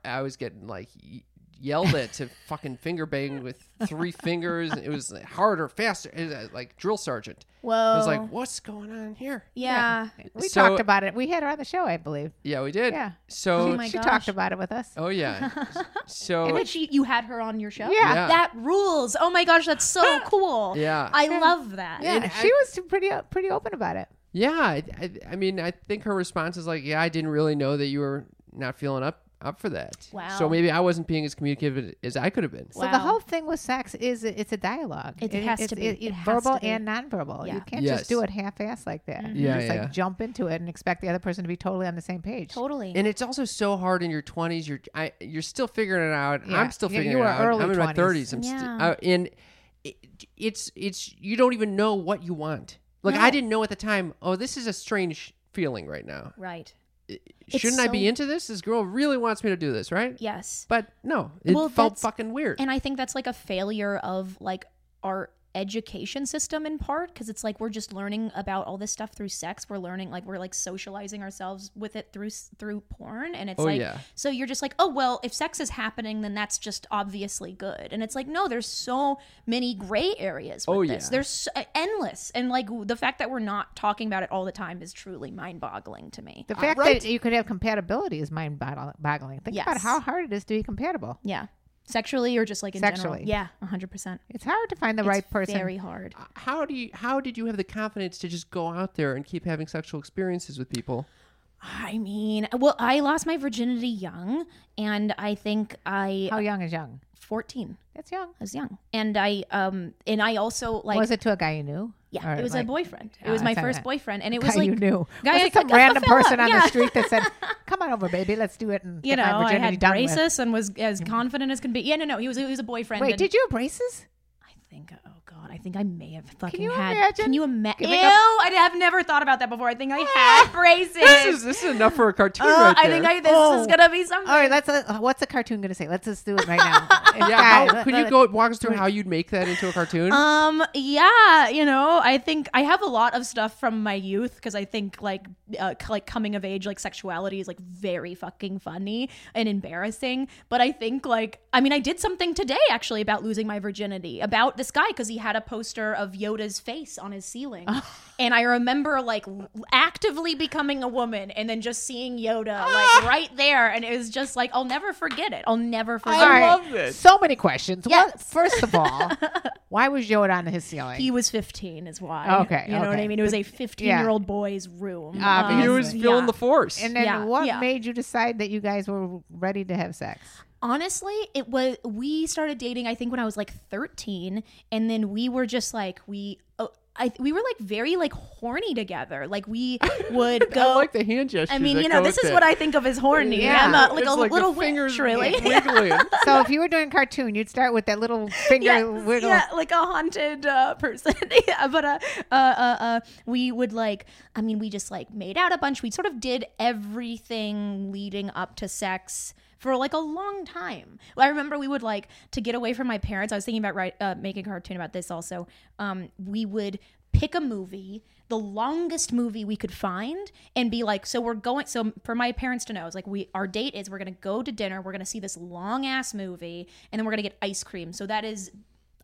S1: I was getting like y- yelled at to fucking finger bang with three fingers. It was like, harder, faster. It was, uh, like drill sergeant.
S4: Whoa.
S1: I was
S2: Oh.
S1: like, what's going on here?
S4: yeah.
S2: We
S1: So-
S2: talked about it. We had her on the show, I believe.
S1: Yeah, we did.
S2: Yeah.
S1: So.
S4: Oh my
S2: she
S4: gosh.
S2: talked about it with us.
S1: oh yeah. So.
S4: But she, you had her on your show.
S2: Yeah.
S1: Yeah.
S4: That rules. Oh my gosh, that's so cool.
S1: Yeah.
S4: I love that.
S2: Yeah,
S1: And
S2: she was pretty uh, pretty open about it.
S1: Yeah, I, I, I mean, I think her response is like, "Yeah, I didn't really know that you were not feeling up up for that.
S4: Wow.
S1: So maybe I wasn't being as communicative as I could have been.
S2: So the
S4: Wow.
S2: whole thing with sex is it's a dialogue.
S4: It has to
S2: it's-
S4: be. It has
S2: verbal
S4: to be.
S2: and nonverbal. You
S4: Yeah. Mm-hmm.
S2: can't
S1: Yes.
S2: just do it half ass like that. You
S1: Yeah,
S2: just
S1: yeah.
S2: like jump into it and expect the other person to be totally on the same page.
S4: Totally.
S1: And it's also so hard in your twenties. You're I, you're still figuring it out.
S2: Yeah.
S1: I'm still
S2: Yeah, you
S1: figuring
S2: were
S1: it out.
S2: early
S1: I'm in my
S2: 20s.
S1: thirties. I'm still
S4: Yeah.
S1: uh, and it, it's it's you don't even know what you want. Like I didn't know at the time. Oh, this is a strange feeling right now.
S4: right.
S1: Shouldn't I be
S4: so-
S1: into this? This girl really wants me to do this, right?
S4: Yes.
S1: But no, it
S4: Well,
S1: felt
S4: that's-
S1: fucking weird.
S4: And I think that's like a failure of like our education system in part because it's like we're just learning about all this stuff through sex we're learning like we're like socializing ourselves with it through s- through porn and it's
S1: Oh,
S4: like
S1: yeah.
S4: so you're just like oh well if sex is happening then that's just obviously good and it's like no there's so many gray areas with
S1: Oh,
S4: this
S1: yeah.
S4: there's so, e, endless and like the fact that we're not talking about it all the time is truly mind-boggling to me
S2: The fact
S1: right.
S2: that you could have compatibility is mind boggle- boggling. Think about
S4: Yes.
S2: how hard it is to be compatible.
S4: yeah sexually or just like in
S2: Sexually.
S4: general yeah 100%
S2: It's hard to find the
S4: It's
S2: right person.
S4: very hard
S1: How do you? How did you have the confidence to just go out there and keep having sexual experiences with people?
S4: I mean, well, I lost my virginity young, and I think I
S2: how young is young?
S4: 14.
S2: That's young.
S4: I was young, and I um, and I also like
S2: was it to a guy you knew?
S4: yeah,
S2: Or,
S4: it was
S2: like,
S4: a boyfriend. It
S2: Yeah,
S4: was my
S2: that's not
S4: first
S2: it.
S4: boyfriend, and it
S2: guy
S4: was like
S2: you knew.
S4: guy
S2: was
S4: I-
S2: it some
S4: like a
S2: random
S4: fella,
S2: person on
S4: yeah.
S2: the street that said, "Come on over, baby, let's do it." And
S4: you know
S2: get my
S4: I
S2: virginity
S4: had
S2: done with." Mm-hmm.
S4: braces and was as confident as can be. Yeah, no, no, he was he was a boyfriend.
S2: Wait,
S4: and
S2: did you have braces?
S4: I think oh god, I think I may have fucking
S2: you
S4: had.
S2: imagine
S4: can you imagine? Ew,
S2: giving up-
S4: I have never thought about that before. I think I had braces.
S1: This is this is enough for a cartoon
S4: Oh,
S1: right
S4: I
S1: there.
S4: think I this
S2: Oh.
S4: is gonna be something.
S2: All right, let's. Uh, what's the cartoon going to say? Let's just do it right now.
S1: yeah,
S2: Guys,
S1: how,
S2: let-
S1: could you
S2: let-
S1: go walk us through how you'd make that into a cartoon?
S4: Um, yeah, you know, I think I have a lot of stuff from my youth because I think like uh, c- like coming of age, like sexuality is like very fucking funny and embarrassing. But I think like I mean, I did something today actually about losing my virginity about this guy because he had a poster of Yoda's face on his ceiling, and I remember like l- actively becoming a woman and then just seeing Yoda like right there, and it was just like I'll never forget it. I'll never forget.
S2: All
S4: it.
S2: right,
S1: love this.
S2: So many questions. Well,
S4: Yes.
S2: first of all, why was Yoda on his ceiling?
S4: He was 15, is why.
S2: Okay,
S4: You know what
S2: okay.
S4: I mean? It was a 15 year old
S2: yeah.
S4: boy's room.
S2: Obviously.
S1: he was
S4: yeah.
S1: feeling the force.
S2: and then
S4: yeah,
S2: what
S4: yeah.
S2: made you decide that you guys were ready to have sex?
S4: Honestly, it was. We started dating, I think, when I was like 13, and then we were just like we. Oh, I, we were like very like horny together. Like we would go.
S1: I like the hand gesture.
S4: I mean,
S1: that
S4: you know,
S1: goes
S4: this is
S1: with
S4: what
S1: it.
S4: I think of as horny.
S2: Yeah.
S4: I'm a, like
S1: It's
S4: a
S1: the
S4: little
S1: fingers
S4: witch, really.
S1: wiggling.
S2: So if you were doing cartoon, you'd start with that little finger
S4: yeah,
S2: wiggle.
S4: yeah, like a haunted uh, person. yeah, but uh, uh, uh, uh, we would like, I mean, we just like made out a bunch. We sort of did everything leading up to sex for like a long time. I remember we would like to get away from my parents. I was thinking about write, uh, making a cartoon about this also. Um, we would pick a movie the longest movie we could find and be like so we're going so for my parents to know it's like we our date is we're going to go to dinner we're going to see this long ass movie and then we're going to get ice cream so that is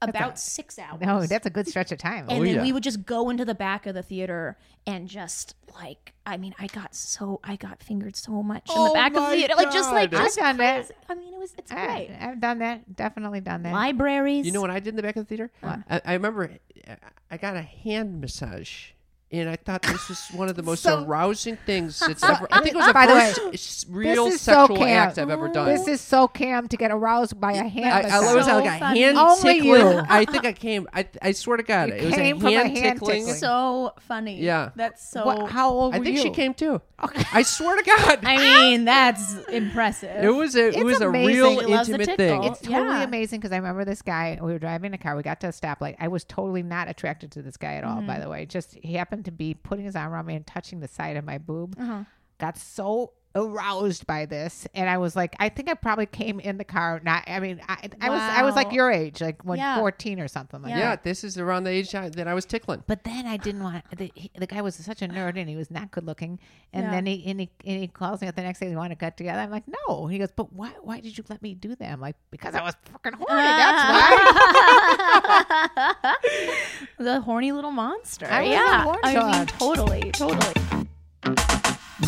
S4: about 6 hours
S2: No, Oh, that's a good stretch of time.
S4: and
S1: Oh,
S4: then
S1: yeah.
S4: we would just go into the back of the theater and just like I mean I got so I got fingered so much in
S1: Oh
S4: the back of
S1: my
S4: the theater like just like
S1: God.
S4: just
S2: I've done that.
S4: crazy. I mean it was it's
S2: I,
S4: great
S2: I've done that. Definitely done that.
S4: libraries
S1: You know what I did in the back of the theater? I, I remember I- I got a hand massage. And I thought this was one of the most
S2: So-
S1: arousing things that's ever. I think it was the
S2: By the way,
S1: first s- real
S2: is so
S1: sexual
S2: camp.
S1: act I've ever done.
S2: This is so cam to get aroused by a hand.
S1: I, I
S2: massage.
S1: was
S4: So
S1: like a
S4: funny.
S1: hand
S2: Only
S1: tickling.
S2: you.
S1: I think I came. I, I swear to God,
S2: You
S1: it was a
S2: came
S1: hand,
S2: from a hand
S1: tickling.
S2: tickling.
S4: so funny
S1: Yeah.
S4: that's so
S2: What- how Ah! old
S1: I
S2: were
S1: think
S2: you?
S1: she came too. I swear to God,
S4: I mean that's impressive
S1: it was a, it
S2: It's
S1: was a
S2: amazing.
S1: real
S4: She loves the
S1: intimate
S4: tickle.
S1: thing.
S4: It's-
S2: It's totally
S4: Yeah.
S2: amazing because I remember this guy. We were driving in a car. We got to a stoplight. I was totally not attracted to this guy at all.
S4: Mm-hmm.
S2: By the way, just he happened to be putting his arm around me and touching the side of my boob.
S4: Uh-huh.
S2: Got so aroused by this, and I was like, I think I probably came in the car. Not, I mean, I, I was I was like
S4: Wow.
S2: your age, like when
S4: Yeah.
S2: fourteen or something like
S4: Yeah.
S2: that.
S1: yeah, this is around the age I, that I was tickling.
S2: But then I didn't want the, he, the guy was such a nerd and he was not good looking. And
S4: Yeah.
S2: then he and, he and he calls me up the next day. We want to get together. I'm like, no. He goes, but why? Why did you let me do that? I'm like, because I was fucking horny. That's why.
S4: the horny little monster
S2: I was a
S4: yeah
S2: horn
S4: I mean
S2: dog.
S4: totally totally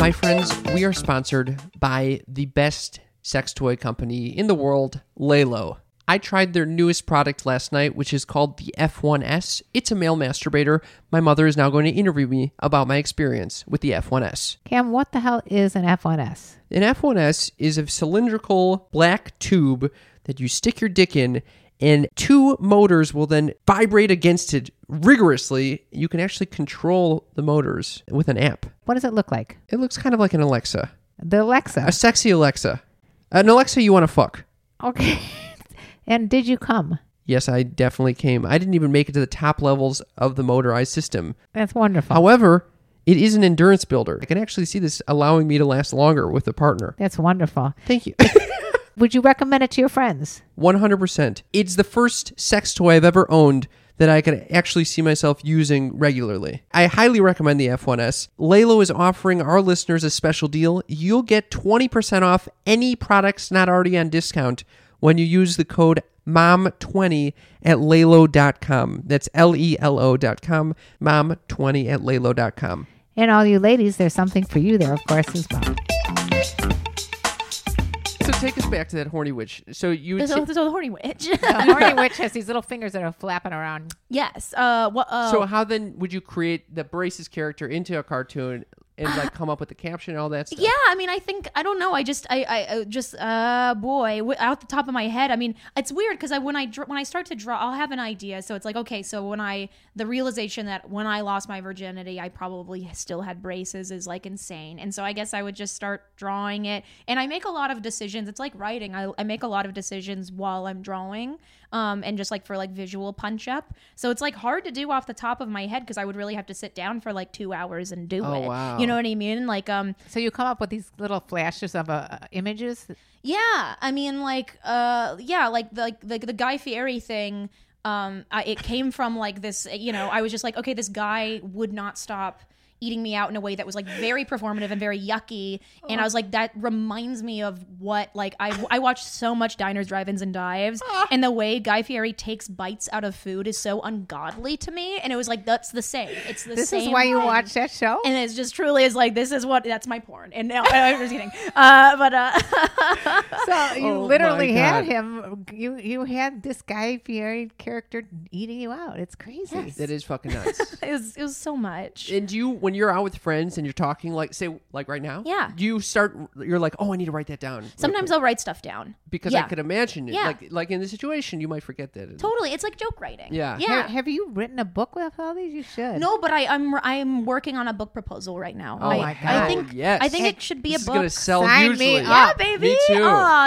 S1: My friends, we are sponsored by the best sex toy company in the world, Lalo. I tried their newest product last night, which is called the F1S. It's a male masturbator. My mother is now going to interview me about my experience with the F1S.
S2: Cam, what the hell is an F1S?
S1: An F1S is a cylindrical black tube that you stick your dick in, and two motors will then vibrate against it rigorously. You can actually control the motors with an app.
S2: What does it look like?
S1: It looks kind of like an Alexa,
S2: The
S1: a
S2: Alexa.
S1: sexy Alexa. An Alexa you want to fuck.
S2: Okay. and did you come?
S1: Yes, I definitely came. I didn't even make it to the top levels of the motorized system.
S2: That's wonderful.
S1: However, it is an endurance builder. I can actually see this allowing me to last longer with a partner.
S2: That's wonderful.
S1: Thank you.
S2: Would you recommend it to your friends?
S1: 100%. It's the first sex toy I've ever owned that I could actually see myself using regularly. I highly recommend the F1S. Lalo is offering our listeners a special deal. You'll get 20% off any products not already on discount when you use the code MOM20 at Lalo.com. That's L E L O.com, MOM20 at Lalo.com.
S2: And all you ladies, there's something for you there, of course, as well.
S1: So take us back to that horny witch. So you would
S4: There's
S1: say-
S4: a, there's a horny witch.
S2: The horny witch has these little fingers that are flapping around.
S4: yes. Uh, what, uh,
S1: So how then would you create the braces character into a cartoon and like come up with the caption and all that stuff?
S4: Yeah, I mean, I think I don't know. I just, I, I I just, uh, boy, w- out the top of my head. I mean, it's weird because I when I dr- when I start to draw, I'll have an idea. So it's like, okay, so when I the realization that when I lost my virginity, I probably still had braces is like insane. And so I guess I would just start drawing it. And I make a lot of decisions. It's like writing. I, I make a lot of decisions while I'm drawing, um, and just like for like visual punch up. So it's like hard to do off the top of my head because I would really have to sit down for like two hours and do
S1: Oh,
S4: it.
S1: wow.
S4: You know what I mean? Like, um,
S2: So you come up with these little flashes of uh, images.
S4: Yeah, I mean, like, uh, yeah, like the, like the the Guy Fieri thing. Um, I, it came from like this. You know, I was just like, okay, this guy would not stop eating me out in a way that was like very performative and very yucky. And I was like, that reminds me of what like I I watched so much Diners, Drive-ins, and Dives,
S2: Ah.
S4: and the way Guy Fieri takes bites out of food is so ungodly to me. And it was like, that's the same. It's the
S2: This is
S4: same.
S2: why you
S4: thing
S2: watch that show.
S4: and it's just truly is like this is what that's my porn and no i'm just kidding uh but uh
S2: so you
S1: Oh, my
S2: literally had
S1: God.
S2: him. You you had this guy Fieri character eating you out. It's crazy.
S1: That is fucking nuts.
S4: it was it was so much
S1: and do you when you're out with friends and you're talking like say like right now?
S4: Yeah.
S1: Do you start you're like, "Oh, I need to write that down." real
S4: sometimes
S1: quick,"
S4: i'll write stuff down
S1: because I
S4: yeah.
S1: could imagine it.
S4: Yeah.
S1: Like like in the situation you might forget that.
S4: totally it's like joke writing
S1: Yeah.
S2: Ha-
S4: yeah
S2: Have, you written a book with all these? You should.
S4: no but i i'm i'm working on a book proposal right now
S1: Oh
S4: I,
S1: my
S4: i
S1: God.
S4: think
S1: Yes.
S4: i think it should be
S1: this
S4: a
S1: is
S4: book
S1: going to sell
S2: Sign me
S1: hugely.
S2: up.
S4: yeah baby
S1: Me too.
S4: oh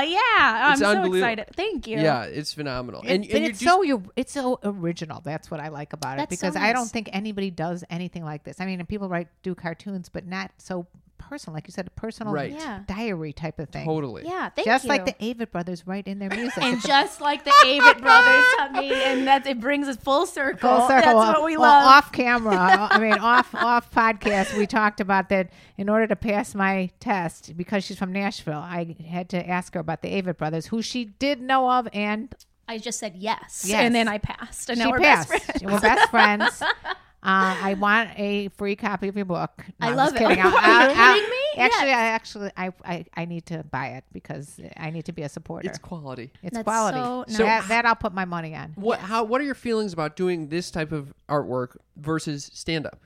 S1: It's
S4: yeah i'm so
S1: unbelievable.
S4: excited thank you
S1: Yeah, it's phenomenal.
S2: It-
S1: and
S2: but
S1: and you
S2: it's
S1: do
S2: so you it's so original. That's what I like about it
S4: That's so
S2: because I don't
S4: nice.
S2: think anybody does anything like this. I mean, and people write do cartoons, but not so personal, like you said, a personal
S1: Right.
S4: Yeah.
S2: diary type of thing.
S1: totally.
S4: yeah thank
S2: Just
S4: you
S2: like the Avid brothers write in their music.
S4: and just like the Avett brothers, honey, and that it brings us full circle.
S2: Full circle.
S4: That's
S2: Well,
S4: what we
S2: well,
S4: love.
S2: Off camera, I mean, off off podcast, we talked about that. In order to pass my test, because she's from Nashville, I had to ask her about the Avid brothers, who she did know of and
S4: I just said yes,
S2: Yes.
S4: and then I passed, and
S2: she
S4: now we're
S2: passed.
S4: best friends.
S2: We're best friends. Uh, I want a free copy of your book. No,
S4: I
S2: I'm
S4: love
S2: just
S4: it.
S2: kidding.
S4: Are
S2: I'll- I'll-
S4: you
S2: I'll-
S4: kidding me?
S2: Actually, I actually I, I I need to buy it because I need to be a supporter.
S1: It's
S2: It's,
S1: quality.
S4: That's
S2: quality.
S4: so
S1: So-
S2: that,
S1: nice.
S2: that I'll put my money on.
S1: What how what are your feelings about doing this type of artwork versus stand up?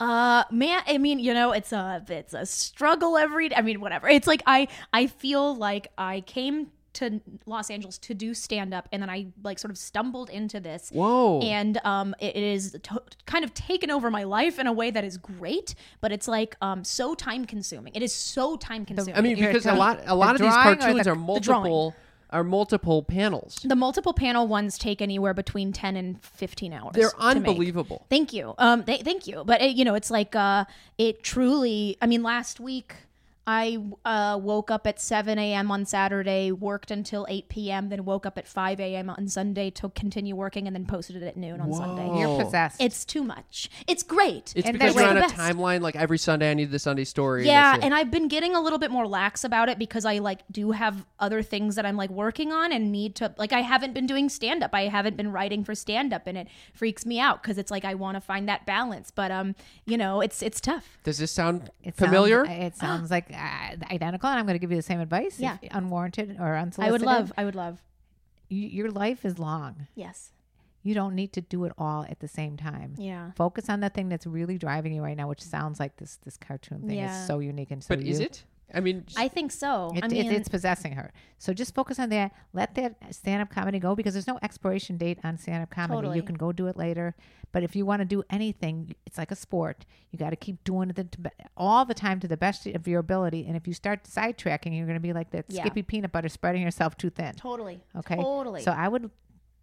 S4: Uh, man, I mean, you know, it's a it's a struggle every day. I mean, whatever. It's like I I feel like I came to Los Angeles to do stand up, and then I like sort of stumbled into this.
S1: Whoa.
S4: And um, it it is to- kind of taken over my life in a way that is great, but it's like um so time consuming. It is so time consuming.
S1: I mean,
S2: You're
S1: because a
S2: talking-
S1: lot
S2: the
S1: a lot of these
S2: drawing or
S1: cartoons
S2: the-
S1: are multiple are multiple panels.
S4: the multiple panel ones take anywhere between ten and fifteen hours.
S1: They're
S4: to make.
S1: unbelievable.
S4: Thank you. Um, th- thank you. But it, you know, it's like uh, it truly. I mean, last week I uh, woke up at 7 a.m. on Saturday, worked until 8 p.m., then woke up at 5 a.m. on Sunday to continue working, and then posted it at noon on Sunday.
S1: Whoa.
S2: You're possessed.
S4: It's too much. It's great.
S1: It's
S2: And
S1: because
S2: they're
S1: you're on
S4: the
S1: a
S4: best.
S1: timeline. Like every Sunday, I need the Sunday story.
S4: Yeah,
S1: that's it.
S4: and I've been getting a little bit more lax about it because I like do have other things that I'm like working on and need to like I haven't been doing stand up. I haven't been writing for stand up and it freaks me out cuz it's like I want to find that balance, but um, you know, it's it's tough.
S1: does this sound
S2: It sounds-
S1: familiar?
S2: it sounds like uh, identical, and I'm going to give you the same advice. if
S4: Yeah.
S2: unwarranted or unsolicited.
S4: I would love I would love.
S2: You, your life is long.
S4: Yes.
S2: You don't need to do it all at the same time.
S4: Yeah.
S2: Focus on the thing that's really driving you right now, which sounds like this this cartoon thing
S4: Yeah.
S2: is so unique and so.
S1: but is
S2: you.
S1: it? I mean,
S4: I think so.
S2: It,
S4: I
S2: it-
S4: mean,
S2: it's possessing her. So just focus on that. Let that stand up comedy go because there's no expiration date on stand up comedy.
S4: Totally.
S2: You can go do it later. But if you want to do anything, it's like a sport. You got to keep doing it the, to be- all the time to the best of your ability. And if you start sidetracking, you're going to be like that
S4: Yeah.
S2: Skippy peanut butter, spreading yourself too thin.
S4: totally.
S2: Okay.
S4: Totally.
S2: So I would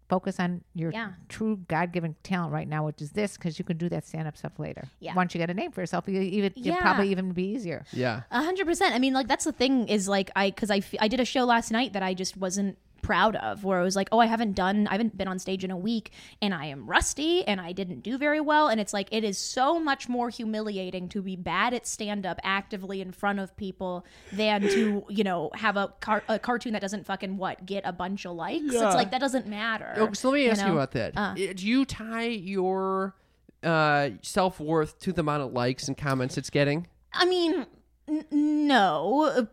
S2: focus on your
S4: Yeah.
S2: true God given talent right now, which is this, because you can do that stand up stuff later.
S4: Yeah.
S2: Once you get a name for yourself, you even it'll
S4: Yeah.
S2: probably even be easier.
S1: yeah.
S4: uh, A hundred percent. I mean, like that's the thing is like I because I f- I did a show last night that I just wasn't proud of where I was like, oh, I haven't done, I haven't been on stage in a week and I am rusty and I didn't do very well. And it's like, it is so much more humiliating to be bad at stand up actively in front of people than to, you know, have a, car- a cartoon that doesn't fucking what, get a bunch of likes. It's like, that doesn't matter.
S1: Oh, so let me ask you,
S4: know? uh.
S1: about that. I- Do you tie your uh, self worth to the amount of likes and comments it's getting?
S4: I mean, n- no.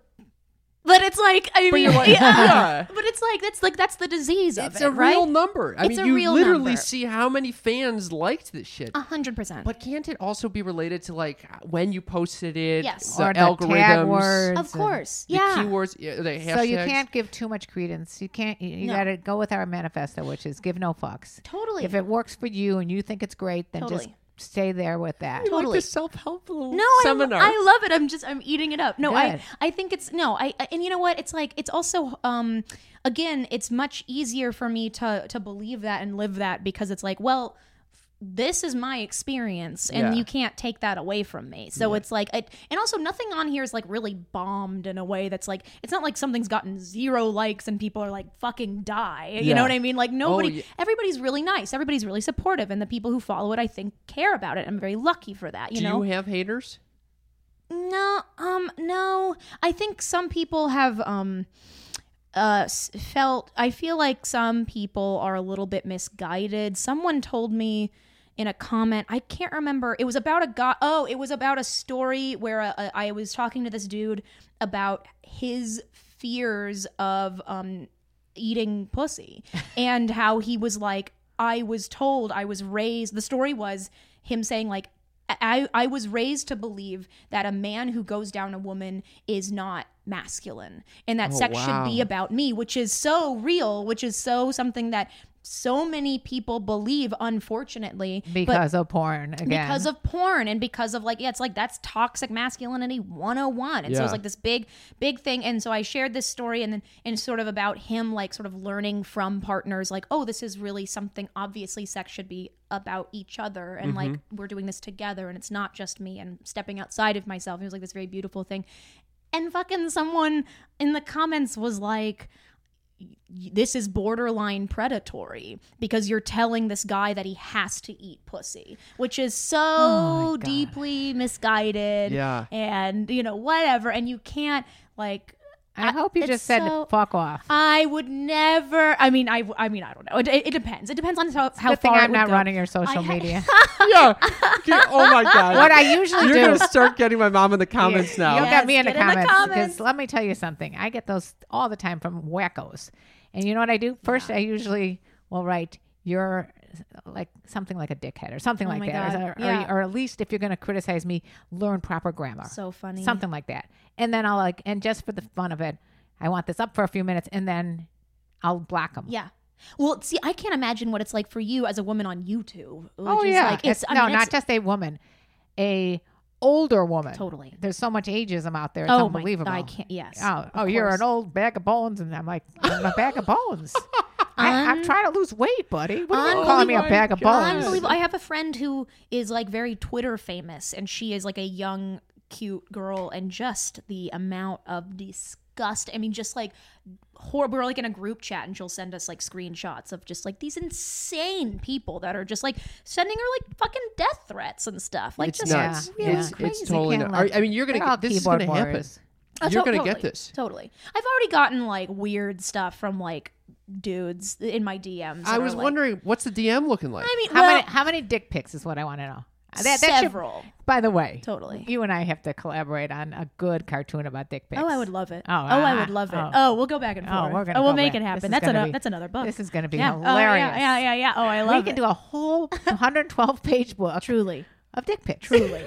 S4: But it's like I mean, yeah. But it's like that's like that's the disease of
S1: It's
S4: it,
S1: a
S4: right?
S1: real number. I
S4: It's
S1: mean,
S4: a
S1: you
S4: real
S1: literally
S4: number.
S1: see how many fans liked this shit.
S4: A hundred percent.
S1: But can't it also be related to like when you posted it?
S4: Yes.
S1: the
S2: or the
S1: algorithms,
S2: tag words.
S4: Of
S2: and-
S4: course,
S1: the
S4: yeah.
S1: keywords, yeah, the hashtags.
S2: So you can't give too much credence. You can't. You, you
S4: No.
S2: got to go with our manifesto, which is give no fucks.
S4: Totally.
S2: If it works for you and you think it's great, then
S4: Totally.
S2: just stay there with that.
S1: You like
S4: totally.
S1: this self help little
S4: no,
S1: seminar.
S4: I, I love it. I'm just I'm eating it up. No,
S2: Good.
S4: I I think it's no. I I- and you know what? It's like it's also um again, it's much easier for me to to believe that and live that because it's like well. This is my experience, and
S1: Yeah.
S4: you can't take that away from me. So it's like, it, and also nothing on here is like really bombed in a way that's like, it's not like something's gotten zero likes and people are like fucking die. You
S1: Yeah. Oh,
S4: know what I mean? Like nobody,
S1: yeah.
S4: everybody's really nice, everybody's really supportive, and the people who follow it, I think, care about it. I'm very lucky for that. You
S1: Do
S4: know,
S1: you have haters?
S4: no, um, no. I think some people have um, uh, s- felt. I feel like some people are a little bit misguided. Someone told me in a comment. I can't remember. It was about a guy. Oh, it was about a story where uh, uh, I was talking to this dude about his fears of um eating pussy and how he was like i was told i was raised the story was him saying like I, I was raised to believe that a man who goes down a woman is not masculine and that
S1: Oh,
S4: sex
S1: wow.
S4: should be about me which is so real which is so something that so many people believe unfortunately But-
S2: Because of porn again.
S4: because of porn and because of like yeah it's like that's toxic masculinity 101 and so
S1: Yeah.
S4: it's like this big big thing and so i shared this story and then and sort of about him like sort of learning from partners like oh this is really something obviously sex should be about each other and like we're doing this together and it's not just me and stepping outside of myself it was like this very beautiful thing and fucking someone in the comments was like this is borderline predatory because you're telling this guy that he has to eat pussy, which is so
S2: Oh
S4: deeply misguided.
S1: Yeah.
S4: And, you know, whatever. And you can't, like,
S2: I hope you
S4: it's
S2: just said
S4: so-
S2: fuck off.
S4: I would never. I mean, I, I mean, I don't know. It, it depends. It depends on how, how
S2: Good thing
S4: far it
S2: I'm
S4: would
S2: not
S4: go.
S2: running your social
S4: I ha-
S2: media.
S1: yeah. Okay, Oh my god.
S2: what I usually
S1: You're
S2: do.
S1: gonna start getting my mom in the comments now.
S2: You'll get me
S4: Yes,
S2: in the
S4: get in the
S2: comments. 'cause
S4: comments.
S2: let me tell you something. I get those all the time from wackos. And you know what I do? First, I usually will write, you're like something like a dickhead or something like
S4: Oh my
S2: that.
S4: God.
S2: Or, or-
S4: Yeah.
S2: or at least if you're going to criticize me, learn proper grammar.
S4: So funny.
S2: Something like that. And then I'll like, and just for the fun of it, I want this up for a few minutes and then I'll block them.
S4: Yeah. Well, see, I can't imagine what it's like for you as a woman on YouTube. Which
S2: Oh,
S4: is
S2: yeah.
S4: Like, it's,
S2: It's-
S4: I
S2: no,
S4: mean,
S2: not
S4: it's-
S2: just a woman, a older woman.
S4: Totally.
S2: There's so much ageism out there. It's
S4: Oh, my God.
S2: unbelievable.
S4: I can't. Yes.
S2: Oh, oh
S4: of
S2: you're
S4: course.
S2: an old bag of bones. And I'm like, I'm a bag of bones. I, I'm trying to lose weight, buddy. What are you calling me a
S1: Unbelievable.
S2: bag of bones?
S4: Unbelievable. I have a friend who is like very Twitter famous, and she is like a young, cute girl, and just the amount of disgust. I mean, just like horrible. We're like in a group chat, and she'll send us like screenshots of just like these insane people that are just like sending her like fucking death threats and stuff. Like,
S1: it's
S4: just
S1: nuts.
S4: really
S1: it's,
S4: crazy.
S1: it's totally
S2: Can't
S1: nuts.
S2: let-
S1: I mean, you're gonna
S2: They're all
S1: get this is
S2: keyboard
S1: gonna happen.
S2: warriors.
S4: Oh,
S1: You're
S4: to-
S1: gonna get
S4: totally,
S1: this.
S4: totally. I've already gotten like weird stuff from like dudes in my DMs.
S1: I
S4: that
S1: was
S4: are, like-
S1: wondering what's the DM looking like.
S4: I mean,
S2: How
S4: well,
S2: many how many dick pics is what I want to know? That- that should-
S4: several.
S2: by the way,
S4: Totally.
S2: You and I have to collaborate on a good cartoon about dick pics.
S4: Oh, I would love it.
S2: Oh,
S4: Oh,
S2: ah,
S4: I would love it.
S2: oh.
S4: Oh, we'll go back and
S2: Oh,
S4: forth.
S2: we're gonna
S4: oh, we'll
S2: go
S4: make
S2: back.
S4: it happen.
S2: This is
S4: that's
S2: gonna
S4: another
S2: be-
S4: that's another book.
S2: This is going to be
S4: yeah.
S2: hilarious.
S4: Oh, yeah, yeah, yeah, yeah. Oh, I love
S2: we can
S4: it.
S2: do a whole 112 page book
S4: truly,
S2: of dick pics.
S4: truly,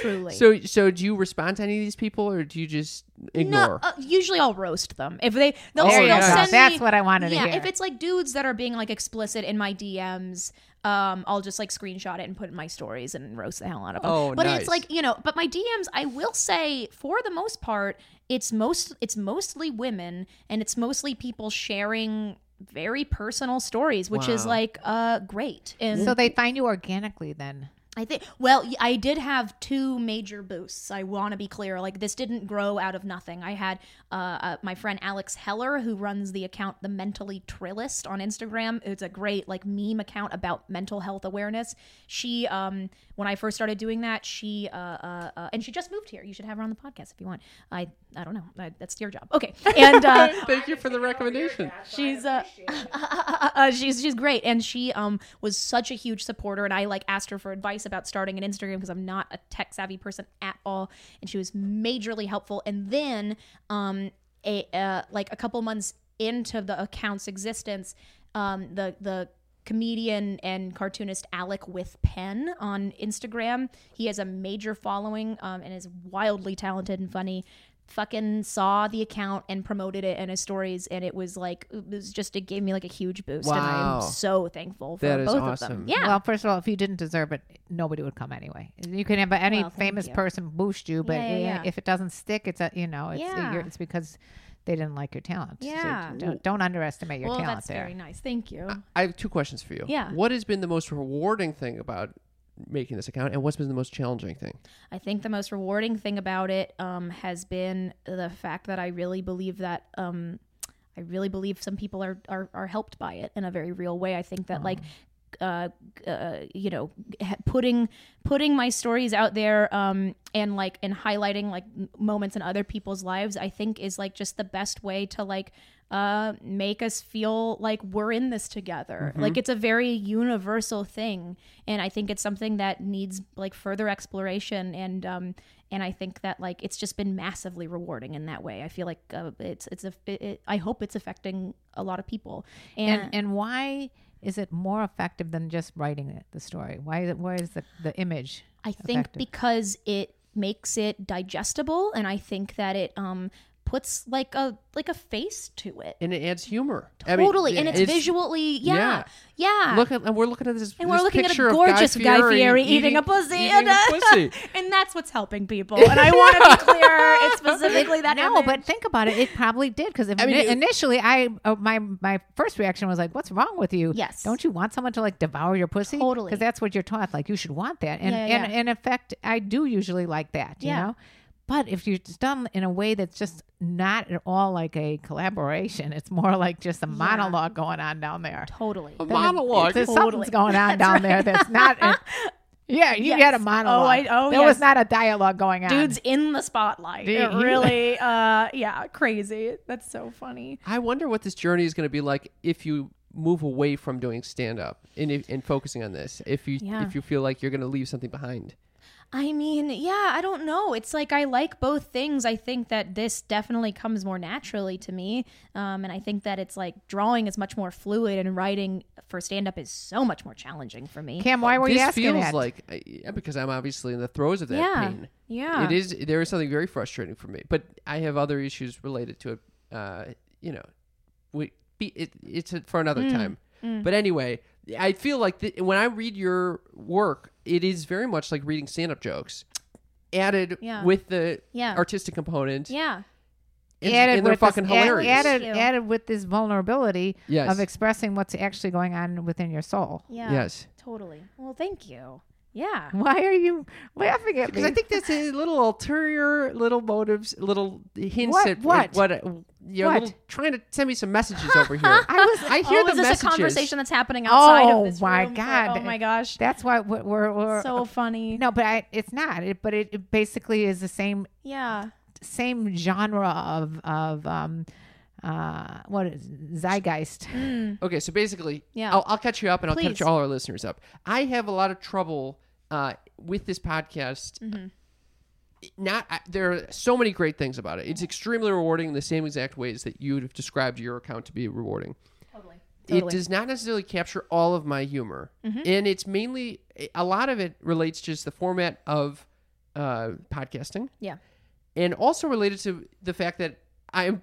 S4: truly.
S1: so so do you respond to any of these people or do you just
S4: no,
S1: ignore?
S4: uh, usually I'll roast them if they. They'll,
S1: There
S4: they'll
S1: you go.
S4: send me-
S2: That's what I wanted to
S4: Yeah,
S2: hear.
S4: if it's like dudes that are being like explicit in my DMs, um, I'll just like screenshot it and put it in my stories and roast the hell out of them.
S1: Oh,
S4: but
S1: nice.
S4: it's like you know, but my DMs, I will say, for the most part, it's most it's mostly women and it's mostly people sharing very personal stories, which is
S1: Wow.
S4: like uh great and
S2: So they find you organically then.
S4: I think well, y- I did have two major boosts. I want to be clear, like this didn't grow out of nothing. I had uh, uh, my friend Alex Heller, who runs the account The Mentally Trillist on Instagram. It's a great like meme account about mental health awareness. She, um, when I first started doing that, she uh, uh, uh, and she just moved here. You should have her on the podcast if you want. I I don't know. I, that's your job. Okay, and uh,
S1: Thank you for the recommendation.
S4: she's uh, uh, she's she's great and she um was such a huge supporter and I like asked her for advice about starting an Instagram because I'm not a tech savvy person at all and she was majorly helpful and then um a uh, like a couple months into the account's existence um the the comedian and cartoonist Alec with Pen on Instagram he has a major following um, and is wildly talented and funny fucking saw the account and promoted it in his stories and it was like it was just it gave me like a huge boost and
S1: Wow.
S4: I'm so thankful for
S1: That is
S4: both of
S1: awesome.
S4: them. Yeah.
S2: Well, first of all, if you didn't deserve it, nobody would come anyway. You can have any
S4: Well, thank
S2: famous
S4: you.
S2: person boost you, but
S4: Yeah, yeah, yeah.
S2: if it doesn't stick, it's a, you know, it's
S4: Yeah.
S2: you're, it's because they didn't like your talent. So
S4: Yeah.
S2: don't, don't underestimate your
S4: well,
S2: talent
S4: that's
S2: there.
S4: very nice. Thank you.
S1: I have two questions for you.
S4: Yeah.
S1: What has been the most rewarding thing about making this account, and what's been the most challenging thing?
S4: I think the most rewarding thing about it um, has been the fact that I really believe that um, I really believe some people are, are are helped by it in a very real way. I think that like. Uh, uh, you know, ha- putting putting my stories out there, um, and like and highlighting like m- moments in other people's lives, I think is like just the best way to like uh make us feel like we're in this together like it's a very universal thing and i think it's something that needs like further exploration and um and i think that like it's just been massively rewarding in that way i feel like uh, it's it's a it, it- i hope it's affecting a lot of people and,
S2: And and why is it more effective than just writing it, the story? Why is it, why is the, the image?
S4: I think
S2: effective?
S4: because it makes it digestible, and I think that it um puts like a like a face to it.
S1: And it adds humor. I mean,
S4: Totally, and
S1: yeah,
S4: it's, visually, yeah, yeah.
S1: Look at and we're looking at this,
S4: and
S1: this
S4: we're looking at
S1: picture
S4: a
S1: of Guy
S4: gorgeous Guy Fieri, eating, a pussy,
S1: eating
S4: and,
S1: a
S4: uh,
S1: pussy.
S4: and that's what's helping people. And I want to be clear, it's specifically that.
S2: no,
S4: image.
S2: but think about it. It probably did because
S1: I mean, it-
S2: initially, I uh, my my first reaction was like, "What's wrong with you?
S4: Yes.
S2: don't you want someone to like devour your pussy?
S4: Totally.
S2: because that's what you're taught. Like you should want that, and
S4: Yeah, yeah,
S2: and
S4: yeah.
S2: in effect, I do usually like that. You
S4: Yeah.
S2: know, but if you're just done in a way that's just not at all like a collaboration, it's more like just a monologue going on down there.
S4: totally.
S1: a monologue.
S2: There's
S4: Totally.
S2: something's going on down there that's not. a- yeah, you had a
S4: Yes.
S2: monologue.
S4: Oh, I- oh,
S2: there was
S4: yes.
S2: not a dialogue going on.
S4: Dude's in the spotlight.
S2: Dude,
S4: It
S2: he-
S4: really, uh, yeah, crazy. That's so funny.
S1: I wonder what this journey is going to be like if you move away from doing stand up and if- and focusing on this. If you
S4: Yeah.
S1: if you feel like you're going to leave something behind.
S4: I mean, yeah, I don't know. It's like I like both things. I think that this definitely comes more naturally to me. Um, and I think that it's like drawing is much more fluid and writing for stand up is so much more challenging for me.
S2: Cam, why were
S1: this
S2: you asking
S1: feels
S2: that?
S1: like I- yeah, because I'm obviously in the throes of that
S4: Yeah.
S1: pain.
S4: Yeah.
S1: it is. There is something very frustrating for me, but I have other issues related to it. Uh, you know, we be, it, it's a, for another time. But anyway, I feel like th- when I read your work, it is very much like reading stand-up jokes, added
S4: Yeah.
S1: with the
S4: Yeah.
S1: artistic component.
S4: Yeah.
S1: and,
S2: added
S1: and they're
S2: with this-
S1: fucking
S2: add-
S1: hilarious.
S2: Added,
S4: Thank you.
S2: added with this vulnerability
S1: Yes.
S2: of expressing what's actually going on within your soul.
S4: Yeah.
S1: Yes.
S4: Totally. Well, thank you. Yeah.
S2: Why are you laughing at me?
S1: Because I think that's a little ulterior, little motives, little hints
S2: What-
S1: at
S2: what?
S1: what you're
S2: What?
S1: Little, trying to send me some messages over here.
S2: I was.
S1: I hear
S4: oh,
S1: the
S4: is this
S1: messages.
S4: a conversation that's happening outside
S2: Oh,
S4: of this
S2: my
S4: room for-
S2: God.
S4: oh my gosh.
S2: that's why we're, we're, we're
S1: uh,
S4: so funny.
S2: no, but I, it's not. It, but it, it basically is the same
S4: Yeah.
S2: same genre of of um uh what is zeitgeist.
S1: Okay, so basically,
S4: Mm-hmm. Yeah.
S1: I'll, I'll catch you up and I'll catch
S4: Please.
S1: all our listeners up. I have a lot of trouble uh, with this podcast.
S4: Mm-hmm.
S1: Not I, there are so many great things about it. It's extremely rewarding in the same exact ways that you've described your account to be rewarding.
S4: Totally. Mm-hmm.
S1: It does not necessarily capture all of my humor, and it's mainly a lot of it relates to just the format of uh, podcasting
S4: Yeah.
S1: and also related to the fact that I'm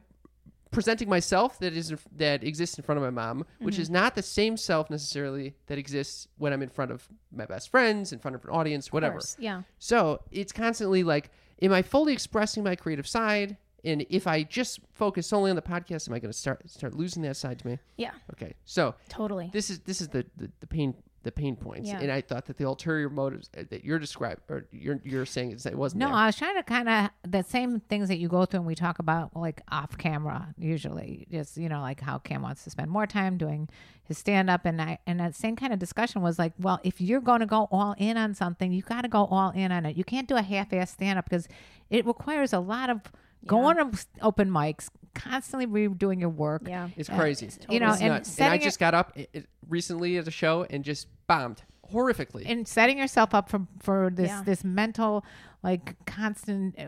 S1: presenting myself that is that exists in front of my mom, which
S4: Mm-hmm.
S1: is not the same self necessarily that exists when I'm in front of my best friends, in front of an audience,
S4: Of
S1: whatever.
S4: course. Yeah.
S1: So it's constantly like, am I fully expressing my creative side? And if I just focus solely on the podcast, am I going to start start losing that side to me?
S4: Yeah.
S1: Okay, so
S4: Totally.
S1: this is this is the the, the pain the pain points.
S4: Yeah.
S1: And I thought that the ulterior motives uh, that you're describing or you're you're saying is that it wasn't
S2: No,
S1: there.
S2: I was trying to kind of the same things that you go through and we talk about like off camera usually. Just you know like how Cam wants to spend more time doing his stand up and I and that same kind of discussion was like, well, if you're going to go all in on something, you got to go all in on it. You can't do a half-ass stand up because it requires a lot of going to open mics, constantly redoing your work.
S4: Yeah.
S1: Uh, it's crazy.
S2: you know,
S1: It's
S2: and
S1: nuts. and I
S2: setting
S1: just got up i i- recently at a show and just bombed horrifically.
S2: and setting yourself up for for this
S4: Yeah.
S2: this mental like constant uh,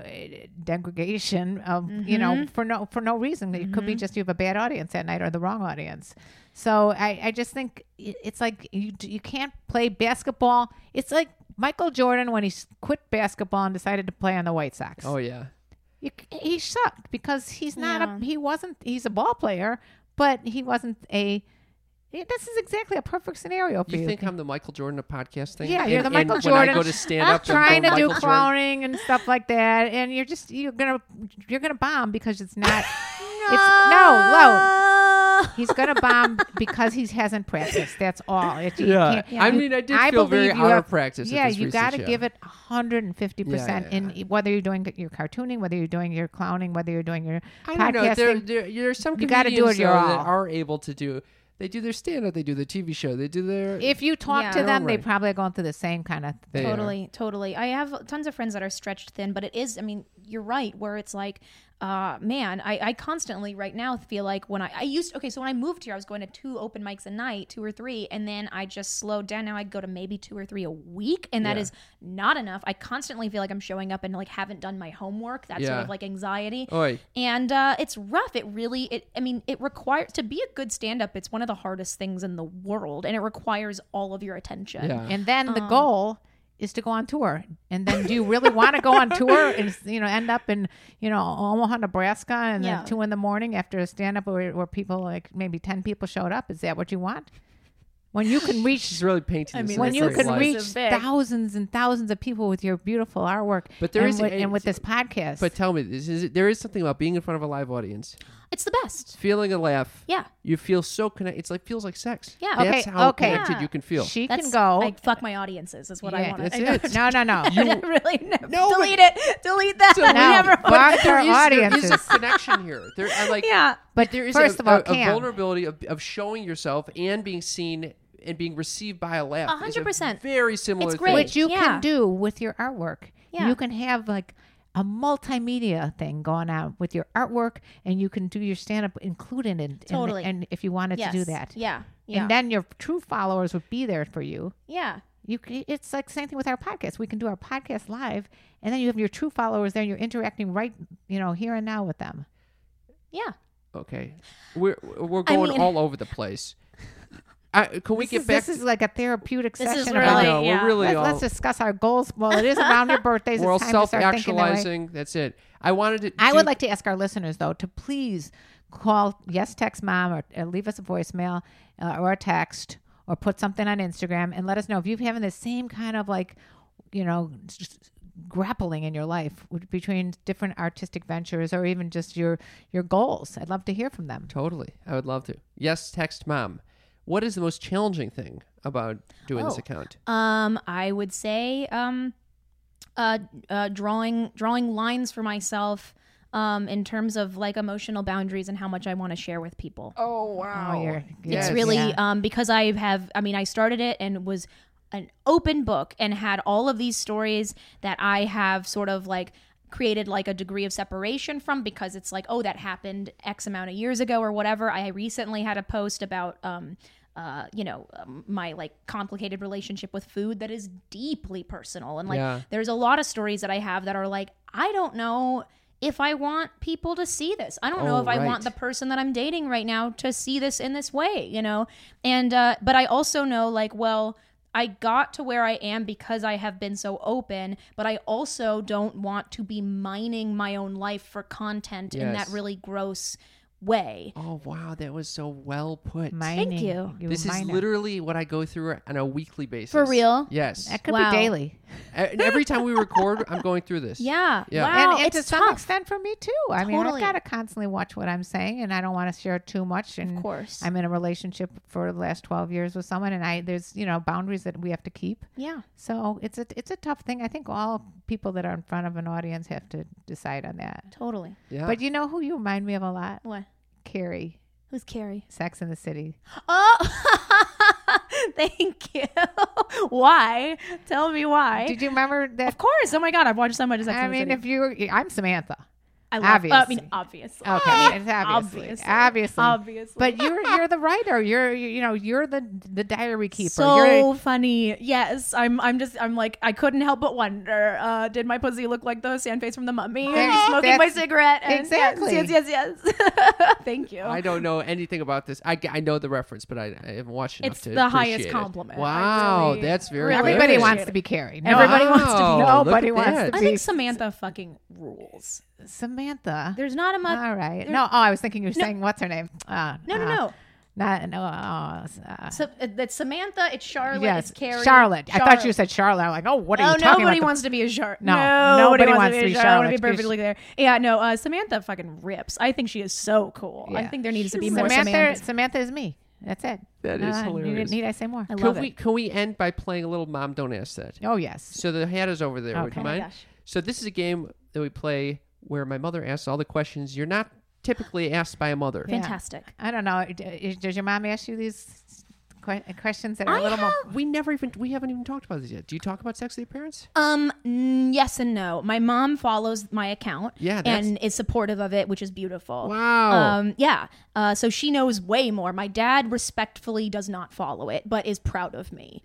S2: degradation of you
S4: Mm-hmm.
S2: know for no for no reason it could be just you have a bad audience that night or the wrong audience so i i just think i- it's like you d- you can't play basketball it's like michael jordan when he s- quit basketball and decided to play on the white sox
S1: oh yeah.
S2: you, c- he sucked because he's not
S4: Yeah.
S2: a he wasn't he's a ball player but he wasn't a yeah, this is exactly a perfect scenario for you.
S1: You think I'm the Michael Jordan of podcast thing?
S2: Yeah, you're
S1: And-
S2: the Michael
S1: and
S2: Jordan.
S1: When I go to stand up, and
S2: trying
S1: go
S2: to do
S1: Michael Jordan-
S2: clowning and stuff like that, and you're just you're gonna you're gonna bomb because it's not. It's no low.
S4: no,
S2: He's gonna bomb because he hasn't practiced. That's all. It- you
S1: Yeah.
S2: can't-
S1: I mean, I did
S2: I
S1: feel very
S2: believe you
S1: out
S2: have-
S1: of practice.
S2: Yeah,
S1: at this
S2: you got to
S1: recent show.
S2: give it 150 percent
S1: Yeah,
S2: in whether you're doing your cartooning, whether you're doing your clowning, whether you're doing your
S1: I don't know.
S2: podcasting.
S1: There, there, there's some
S2: You
S1: comedians
S2: gotta do it your
S1: though,
S2: all.
S1: that are able to do. They do their stand up. They do their TV show. They do their.
S2: if you talk
S4: Yeah.
S2: to
S4: They're
S2: them, they
S1: right.
S2: probably are going through the same kind of
S1: They are.
S4: totally totally i have tons of friends that are stretched thin but it is i mean you're right where it's like uh man i i constantly right now feel like when i i used okay so when i moved here i was going to two open mics a night two or three and then i just slowed down now i go to maybe two or three a week and that
S1: Yeah.
S4: is not enough i constantly feel like i'm showing up and like haven't done my homework that sort
S1: Yeah. Oh,
S4: of like anxiety
S1: Oi.
S4: and uh, it's rough it really it i mean it requires to be a good stand-up it's one of the hardest things in the world and it requires all of your attention
S1: Yeah.
S2: And then
S4: Um,
S2: the goal is to go on tour. And then do you really want to go on tour and you know end up in you know Omaha, Nebraska, and
S4: Yeah.
S2: then two in the morning after a stand up where, where people like maybe ten people showed up? Is that what you want? When you can reach
S1: She's really painting.
S4: I
S1: this
S4: mean,
S2: when
S1: in a
S2: you
S1: great
S2: can
S1: light.
S2: reach
S4: It's big.
S2: thousands and thousands of people with your beautiful artwork,
S1: But there
S2: and
S1: is
S2: with,
S1: a-
S2: and with this podcast,
S1: But tell me, this is there is something about being in front of a live audience,
S4: it's the best
S1: feeling a laugh.
S4: yeah
S1: You feel so connected. It's like feels like sex.
S4: Yeah.
S1: That's
S2: Okay,
S1: how
S2: okay.
S1: connected
S4: Yeah.
S1: you can feel.
S2: she
S4: That's,
S2: can go.
S4: I fuck my audiences is what I
S2: Yeah.
S4: want.
S1: That's
S4: I know.
S1: it.
S2: no, no, no.
S4: really no.
S1: No, but-
S4: delete it. Delete that.
S1: Delete
S2: No,
S4: Never.
S1: There
S2: but our
S1: is- There is
S2: audiences.
S1: a connection here. There, I like.
S4: Yeah.
S2: But
S1: there is
S2: first
S1: a,
S2: of all,
S1: a, a
S2: Cam.
S1: vulnerability of, of showing yourself and being seen and being received by a laugh.
S4: A
S1: is
S4: hundred percent.
S1: Very similar.
S4: It's great.
S1: Thing.
S2: which you
S4: Yeah.
S2: can do with your artwork.
S4: Yeah.
S2: You can have like a multimedia thing going on with your artwork, and you can do your stand up included in
S4: Totally.
S2: And, if you wanted
S4: Yes.
S2: to do that,
S4: Yeah. Yeah.
S2: and then your true followers would be there for you.
S4: yeah.
S2: You, c- it's like same thing with our podcast. We can do our podcast live, and then you have your true followers there, and you're interacting right, you know, here and now with them.
S4: Yeah.
S1: Okay. We're we're going
S4: mean-
S1: all over the place. I, can we
S2: This
S1: get
S2: is,
S1: back?
S2: this is like a therapeutic
S4: This
S2: session.
S4: is
S2: about-
S1: I
S4: really-
S1: know
S4: yeah.
S1: we're really
S2: Let's,
S1: all,
S2: let's discuss our goals. Well, it is around your birthdays.
S1: we're all
S2: it's time to start thinking that way.
S1: self-actualizing. That's it. I wanted to.
S2: I
S1: do-
S2: would like to ask our listeners, though, to please call Yes Text Mom or, uh leave us a voicemail uh, or a text or put something on Instagram and let us know if you're having the same kind of like, you know, s- s- grappling in your life with- between different artistic ventures or even just your your goals. I'd love to hear from them.
S1: Totally. I would love to. Yes, text mom. What is the most challenging thing about doing this
S4: Oh.
S1: account?
S4: Um, I would say um, uh, uh, drawing drawing lines for myself. Um, in terms of like emotional boundaries and how much I want to share with people.
S1: Oh wow.
S2: Oh, you're- yes.
S4: It's really
S2: Yeah.
S4: um, because I have. I mean, I started it and was an open book and had all of these stories that I have sort of like created like a degree of separation from because it's like oh that happened x amount of years ago or whatever i recently had a post about um uh you know um, my like complicated relationship with food that is deeply personal and like
S1: Yeah.
S4: there's a lot of stories that i have that are like i don't know if i want people to see this i don't know
S1: Oh,
S4: if i want
S1: right.
S4: the person that I'm dating right now to see this in this way, you know? And, uh, but I also know, like, well, I got to where I am because I have been so open, but I also don't want to be mining my own life for content in that
S1: Yes.
S4: really gross way.
S1: Oh wow, that was so well put.
S2: Mining.
S4: you.
S1: this is
S2: mine it.
S1: literally what I go through on a weekly basis.
S4: For real?
S1: Yes. E,
S2: That could
S4: Wow.
S2: be daily.
S1: And every time we record, I'm going through this.
S4: Yeah.
S1: Yeah.
S4: Wow.
S2: and, and to
S4: Oh, it's
S2: some
S4: tough.
S2: extent for me too. I mean, I've
S4: Totally.
S2: got to constantly watch what I'm saying, and I don't want to share too much. And
S4: Of course.
S2: I'm in a relationship for the last 12 years with someone, and I there's you know boundaries that we have to keep.
S4: yeah.
S2: So it's a it's a tough thing. I think all people that are in front of an audience have to decide on that.
S4: Totally.
S1: Yeah.
S2: But you know who you remind me of a lot?
S4: What?
S2: Carrie,
S4: Who's Carrie?
S2: Sex in the City.
S4: Oh, thank you. why? Tell me why.
S2: Did you remember that?
S4: of course. Oh my God, I've watched so much Sex
S2: I
S4: and the
S2: mean,
S4: City.
S2: if you, were- I'm Samantha.
S4: I love, I
S2: obviously.
S4: mean, obviously.
S2: Okay, it's obviously,
S4: Ah, Obviously.
S2: obviously,
S4: Obviously.
S2: But you're you're the writer. You're you, you know you're the the diary keeper.
S4: So
S2: you're,
S4: funny. Yes, I'm. I'm just. I'm like. I couldn't help but wonder. Uh, did my pussy look like the sand face from the mummy?
S2: There-
S4: And smoking my
S2: that's-
S4: cigarette. And
S2: exactly.
S4: Yes, yes, yes. yes. Thank you.
S1: I don't know anything about this. I, I know the reference, but I, I haven't watched enough
S4: It's
S1: to
S4: the highest
S1: appreciate it.
S4: compliment. I
S1: Wow,
S4: really-
S1: that's very
S4: really
S2: everybody
S4: Really?
S2: wants to be Carrie. No,
S4: Everybody wants to be-
S1: Wow,
S2: Nobody
S1: oh, look at
S2: wants to
S1: that.
S4: I
S2: be-
S4: think Samantha fucking rules.
S2: Samantha.
S4: There's not a much.
S2: All right. No. Oh, I was thinking you were saying what's her name? Uh,
S4: no, no,
S2: uh,
S4: no.
S2: Not no. Uh, uh,
S4: So, uh, that's Samantha. It's Charlotte.
S2: yes,
S4: It's Carrie.
S2: Charlotte. I thought you said Charlotte. I'm like, oh, what are
S4: Oh,
S2: you talking
S4: nobody
S2: about?
S4: wants to be a shark.
S2: No, nobody wants to be
S4: I want to
S2: Charlotte.
S4: be perfectly clear. Yeah, no. Uh, Samantha fucking rips. I think she is so cool. I
S2: Yeah.
S4: think there needs to be
S2: Samantha,
S4: more Samantha.
S2: Samantha is me. That's it.
S1: That is
S2: You
S1: hilarious.
S2: didn't need I say more?
S4: I
S1: Can
S4: love
S1: we
S4: it.
S1: can we end by playing a little mom don't ask that?
S2: Oh yes.
S1: So the hat is over there. Would
S2: Okay.
S1: you
S2: Oh
S1: mind?
S4: gosh.
S1: So this is a game that we play where my mother asks all the questions you're not typically asked by a mother.
S2: Yeah.
S4: Fantastic.
S2: I don't know. D- Does your mom ask you these que- questions that are a
S4: I
S2: little more?
S1: We never even we haven't even talked about this yet. Do you talk about sex with your parents?
S4: Um, mm, yes and no. My mom follows my account
S1: Yeah, that's-
S4: and is supportive of it, which is beautiful.
S1: Wow.
S4: Um, yeah. Uh, so she knows way more. My dad respectfully does not follow it, but is proud of me,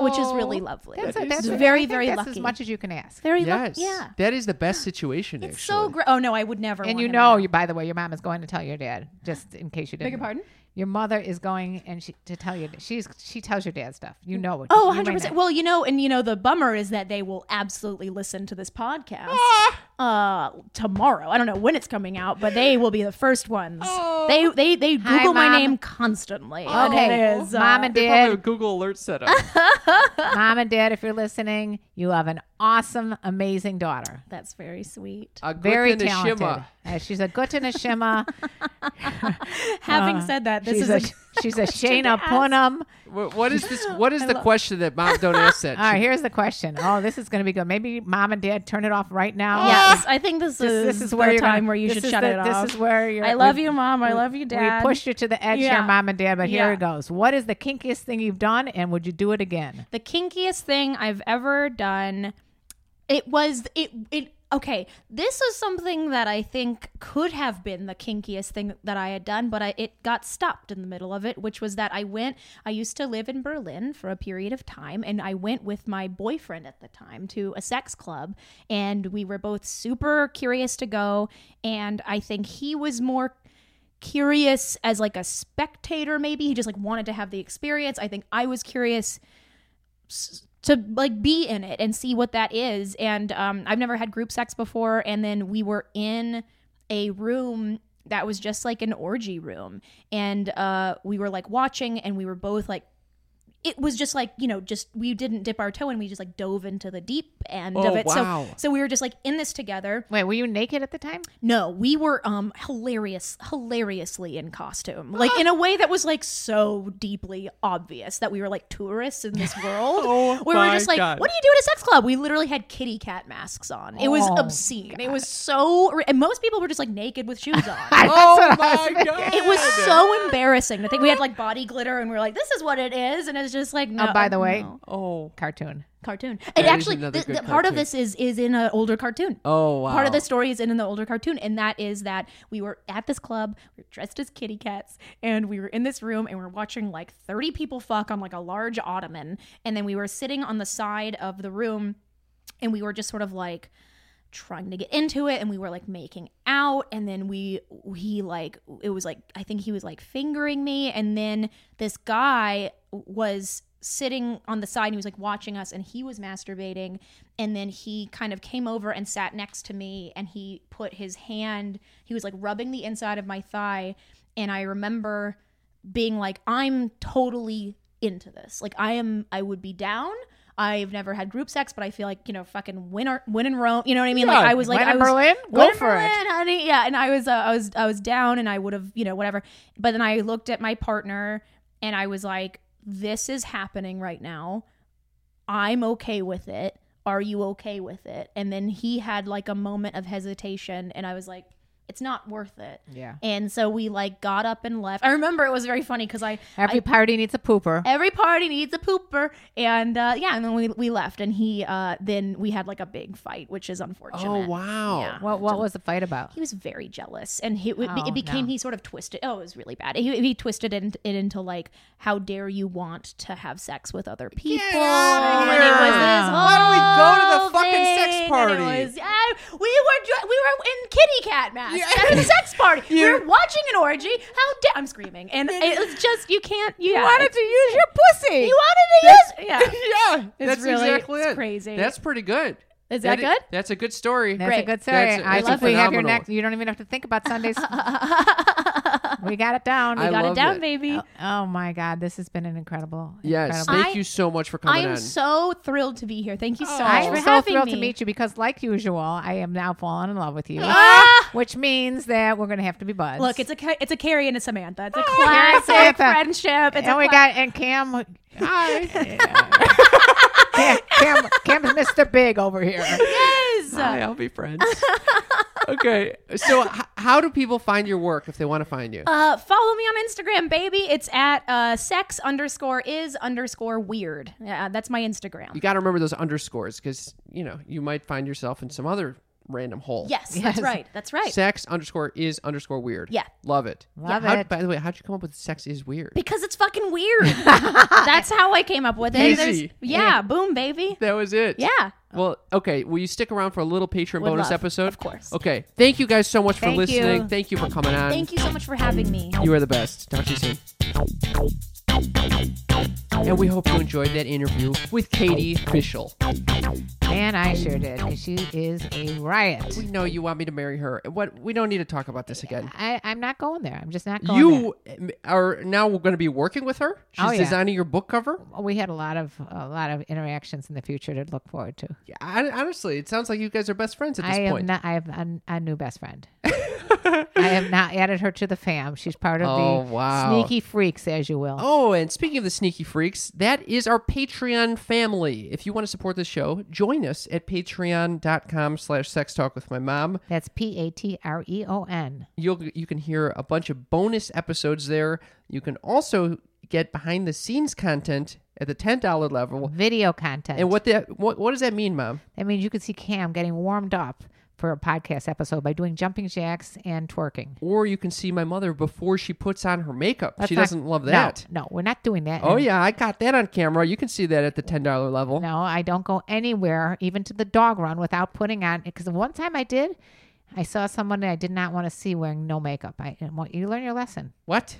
S4: which is really lovely.
S2: That's,
S1: That
S2: a, that's
S1: is-
S2: a- I
S4: very,
S2: think
S4: very
S2: that's
S4: lucky.
S2: as much as you can ask.
S4: very
S1: yes.
S4: lucky. Yeah.
S1: That is the best situation.
S4: It's
S1: actually.
S4: so great. Oh no, I would never.
S2: And
S4: want
S2: you
S4: him to
S2: know, you, by the way, your mom is going to tell your dad, just in case you didn't.
S4: your
S2: know.
S4: pardon?
S2: Your mother is going and she to tell your she's she tells your dad stuff. You know what?
S4: Oh,
S2: you might
S4: 100 percent.
S2: not.
S4: Well, you know, and you know, the bummer is that they will absolutely listen to this podcast
S2: Ah.
S4: uh, tomorrow. I don't know when it's coming out, but they will be the first ones. They they they
S2: Oh. Hi,
S4: Google my
S2: Mom. Oh,
S4: name constantly.
S2: Okay,
S4: And it is, uh,
S2: mom and
S1: They probably have
S2: dad,
S1: Google alert set up.
S2: mom and dad, if you're listening, you have an awesome, amazing daughter.
S4: that's very sweet.
S1: A
S2: Very
S1: good thing to shimma.
S2: talented. Uh, she's a good and a shimmer.
S4: Having Uh, said that, this
S2: she's
S4: is
S2: a,
S4: a,
S2: she's a Shayna Punham.
S1: Wh- what is this? What is the question that mom don't ask that?
S2: All right, here's the question. Oh, this is going to be good. Maybe mom and dad turn it off right now.
S4: yes. I think this, is
S2: This, this is
S4: the
S2: where you're
S4: time
S2: gonna-
S4: where you
S2: this
S4: should
S2: is
S4: shut
S2: the-
S4: it
S2: This
S4: off.
S2: is where you're.
S4: I love
S2: we-
S4: you, mom. I love you, dad.
S2: We pushed you to the edge here,
S4: Yeah.
S2: mom and dad, but here
S4: Yeah.
S2: it goes. What is the kinkiest thing you've done, and would you do it again?
S4: the kinkiest thing I've ever done. It was it it okay. This is something that I think could have been the kinkiest thing that I had done, but I, it got stopped in the middle of it, which was that I went. I used to live in Berlin for a period of time, and I went with my boyfriend at the time to a sex club, and we were both super curious to go, and I think he was more curious as like a spectator maybe he just like wanted to have the experience i think i was curious to like be in it and see what that is. And um, I've never had group sex before. And then we were in a room that was just like an orgy room, and uh, we were like watching, and we were both like. It was just like you know, just we didn't dip our toe and we just like dove into the deep end of
S1: Oh,
S4: it.
S1: wow.
S4: So, so we were just like in this together.
S2: Wait, were you naked at the time?
S4: No, we were um hilarious, hilariously in costume, like in a way that was like so deeply obvious that we were like tourists in this world.
S1: Oh
S4: we were
S1: my
S4: just like,
S1: God.
S4: what do you do at a sex club? We literally had kitty cat masks on. It was
S2: Oh,
S4: obscene. It was so, and most people were just like naked with shoes on.
S1: Oh my god!
S4: It was so embarrassing to think we had like body glitter and we were like, this is what it is. And it's just like, no.
S2: Oh, by the way,
S4: no.
S1: Oh.
S2: cartoon.
S4: cartoon.
S1: is
S4: It actually,
S1: another
S4: th-
S1: good
S4: th- part of
S1: cartoon.
S4: this is is in an older cartoon.
S1: Oh wow!
S4: Part of the story is in, in the older cartoon, and that is that we were at this club, we were dressed as kitty cats, and we were in this room and we are watching like 30 people fuck on like a large ottoman. And then we were sitting on the side of the room and we were just sort of like trying to get into it and we were like making out and then we he like it was like i think he was like fingering me and then this guy was sitting on the side and he was like watching us and he was masturbating and then he kind of came over and sat next to me and he put his hand he was like rubbing the inside of my thigh and i remember being like i'm totally into this like i am i would be down I've never had group sex, but I feel like you know, fucking win or win in Rome. You know what I mean?
S2: Yeah,
S4: Like I was like
S2: win
S4: I
S2: in
S4: was
S2: Berlin? Go
S4: win in
S2: for it.
S4: Berlin, honey. Yeah, and I was uh, I was I was down, and I would have you know whatever. But then I looked at my partner, and I was like, this is happening right now. I'm okay with it. Are you okay with it? And then he had like a moment of hesitation, and I was like, it's not worth it.
S2: Yeah.
S4: And so we like got up and left. I remember it was very funny because I
S2: Every party needs a pooper.
S4: every party needs a pooper, and uh, yeah, and then we we left, and he uh, then we had like a big fight, which is unfortunate.
S1: Oh wow.
S4: Yeah.
S2: What what was the fight about?
S4: He was very jealous, and he, it, be-
S2: Oh,
S4: it became
S2: no.
S4: he sort of twisted. Oh, it was really bad. He, he twisted it, in- it into like, "How dare you want to have sex with other people?"
S1: outta
S4: And it was
S2: here.
S4: this
S1: Why don't we go to the
S4: whole
S1: fucking sex
S4: thing,
S1: party?
S4: and it was- uh, we were dr- we were in kitty cat masks
S1: Yeah.
S4: at a sex party. We
S1: You-
S4: were watching an orgy. How dare I'm screaming, and it was just you can't. You
S2: wanted to use your pussy.
S4: You wanted to use. Yeah.
S1: yeah,
S4: It's
S1: that's
S4: really-
S1: exactly
S4: it's
S1: it.
S4: crazy.
S1: That's pretty good.
S4: Is that
S1: i-
S4: good?
S1: That's a good story.
S2: That's a
S4: Great.
S2: good story.
S1: That's a-
S2: I
S1: that's a
S2: think we have your
S1: phenomenal
S2: next. You don't even have to think about Sundays. we got it down. We
S1: I
S2: got-
S4: Got
S1: loved
S4: it down,
S1: it.
S4: baby.
S2: oh, oh my God, this has been an incredible.
S1: Yes,
S2: incredible.
S1: thank
S4: I-
S1: you so much for
S4: I
S1: coming
S4: am
S1: in.
S4: so thrilled to be here. Thank you so
S1: Oh.
S4: much
S2: I
S4: for
S2: am so
S4: having
S2: thrilled
S4: me.
S2: to meet you because, like usual, I am now falling in love with you,
S4: Ah!
S2: which means that we're going to have to be buds.
S4: Look, it's a Ca- it's a Carrie and a Samantha. It's a
S2: Oh, Carrie and
S4: classic
S2: Samantha.
S4: friendship. It's
S2: and
S4: a
S2: we
S4: cla-
S2: got and Cam. Hi. Cam, Cam, Cam's Mr. Big over here.
S4: yes.
S1: Hi, I'll be friends. okay, so h- how do people find your work if they want to find you?
S4: Uh, follow me on Instagram, baby. It's at uh, sex underscore is underscore weird. Yeah, uh, that's my Instagram.
S1: you got to remember those underscores because you know you might find yourself in some other random hole.
S4: Yes,
S2: Yes.
S4: that's right. That's right.
S1: Sex underscore is underscore weird.
S4: Yeah.
S1: Love it.
S2: Love
S1: How-
S2: it.
S1: By the way, how'd you come up with sex is weird?
S4: because it's fucking weird. that's how I came up with it.
S1: Easy.
S4: There's- yeah, boom, baby.
S1: That was it.
S4: Yeah.
S1: Well, okay. Will you stick around for a little Patreon
S4: Would
S1: bonus
S4: love.
S1: episode?
S4: Of course.
S1: Okay. Thank you guys so much for
S2: Thank
S1: listening.
S2: you.
S1: Thank you for coming on.
S4: Thank you so much for having me.
S1: You are the best. Talk to you soon. And we hope you enjoyed that interview with Katie Fishel.
S2: And I sure did. 'cause She is a riot.
S1: We know you want me to marry her. What? We don't need to talk about this again.
S2: I, I'm not going there. I'm just not going there.
S1: You are now going to be working with her. She's
S2: Oh, yeah.
S1: designing your book cover.
S2: we had a lot of a lot of interactions in the future to look forward to.
S1: Yeah, I, honestly, it sounds like you guys are best friends at this
S2: I am
S1: point.
S2: not. I have a, a new best friend. I have not added her to the fam. She's part of
S1: Oh,
S2: the
S1: wow.
S2: sneaky freaks, as you will.
S1: Oh, and speaking of the sneaky freaks, that is our Patreon family. If you want to support the show, join us at patreon.com slash sex talk with my mom.
S2: That's P A T R E O N.
S1: You'll you can hear a bunch of bonus episodes there. You can also get behind the scenes content at the ten dollar level.
S2: Video content.
S1: And what that what what does that mean, Mom?
S2: that means you could see Cam getting warmed up for a podcast episode by doing jumping jacks and twerking.
S1: Or you can see my mother before she puts on her makeup.
S2: That's
S1: she
S2: not-
S1: doesn't love
S2: no,
S1: that.
S2: No, we're not doing that.
S1: Oh yeah, I got that on camera. You can see that at the ten dollar level.
S2: No, I don't go anywhere, even to the dog run, without putting on. Because one time I did, I saw someone that I did not want to see wearing no makeup. I and what- you learn your lesson.
S1: What?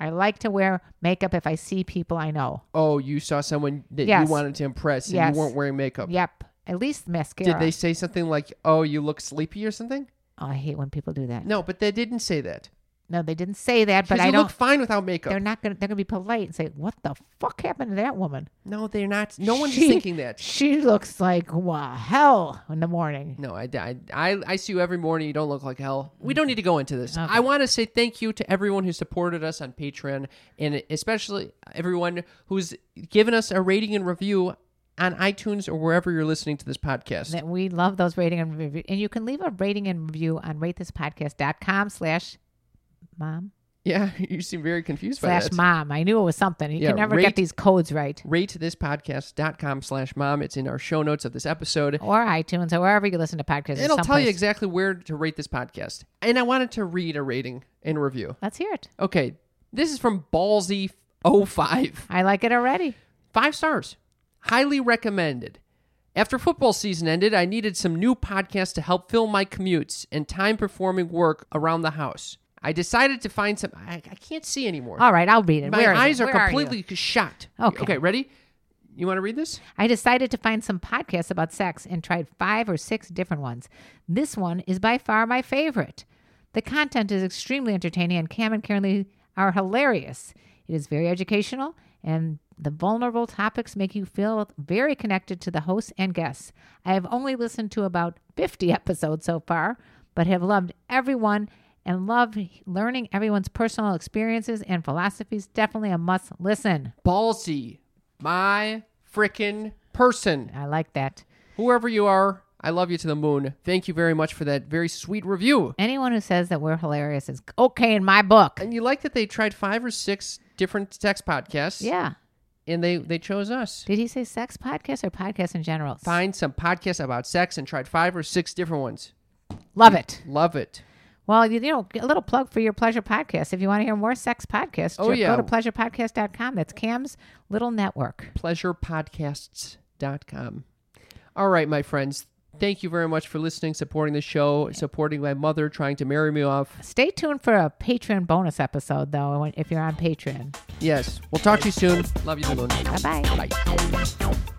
S2: I like to wear makeup if I see people I know.
S1: Oh, you saw someone that
S2: Yes.
S1: you wanted to impress and
S2: Yes.
S1: you weren't wearing makeup.
S2: Yep, at least mascara.
S1: Did they say something like, "Oh, you look sleepy" or something?
S2: Oh, I hate when people do that. No,
S1: No, but they didn't say that.
S2: they didn't say that, but
S1: Because
S2: I
S1: you
S2: don't.
S1: look fine without makeup.
S2: They're not gonna. They're gonna be polite and say, "What the fuck happened to that woman?"
S1: no, they're not. No one's
S2: She-
S1: thinking that.
S2: She looks like wow, hell in the morning.
S1: No, I, I, I, I see you every morning. You don't look like hell. We don't need to go into this. I want to say thank you to everyone who supported us on Patreon and especially everyone who's given us a rating and review on iTunes or wherever you're listening to this podcast.
S2: That we love those rating and review, and you can leave a rating and review on ratethispodcast.com slash mom.
S1: Yeah, you seem very confused by
S2: slash
S1: that.
S2: mom. I knew it was something. You
S1: Yeah,
S2: can never
S1: rate-
S2: get these codes right.
S1: ratethispodcast.com slash mom. It's in our show notes of this episode.
S2: Or iTunes or wherever you listen to podcasts. There's
S1: It'll tell you
S2: Oh, someplace-
S1: exactly where to rate this podcast. And I wanted to read a rating and review.
S2: Let's hear it.
S1: Okay, this is from Ballsy05.
S2: I like it already.
S1: Five stars. Highly recommended. After football season ended, I needed some new podcasts to help fill my commutes and time performing work around the house. I decided to find some. I, I can't see anymore.
S2: All right, I'll read it.
S1: my
S2: Where
S1: eyes
S2: you?
S1: are
S2: Where you?
S1: completely shot.
S2: Okay.
S1: Okay, ready? You want to read this?
S2: I decided to find some podcasts about sex and tried five or six different ones. This one is by far my favorite. The content is extremely entertaining, and Cam and Karen Lee are hilarious. It is very educational and The vulnerable topics make you feel very connected to the hosts and guests. I have only listened to about 50 episodes so far, but have loved everyone and love learning everyone's personal experiences and philosophies. Definitely a must listen.
S1: Ballsy, my frickin' person.
S2: I like that.
S1: Whoever you are, I love you to the moon. Thank you very much for that very sweet review.
S2: Anyone who says that we're hilarious is okay in my book.
S1: And you like that they tried five or six different sex podcasts
S2: Yeah.
S1: and they, they chose us.
S2: Did he say sex podcast or podcast in general?
S1: Find some podcasts about sex and tried five or six different ones.
S2: Love it.
S1: Love it.
S2: Well, you, you know, a little plug for your pleasure podcast. If you want to hear more sex podcasts,
S1: Oh, yeah.
S2: go to pleasurepodcast.com. That's Cam's little network.
S1: pleasurepodcasts.com. All right, my friends. Thank you very much for listening, supporting the show, supporting my mother trying to marry me off.
S2: Stay tuned for a Patreon bonus episode, though, when- if you're on Patreon.
S1: Yes. We'll talk to you soon. Love you, Balloon.
S2: Bye bye.
S1: Bye.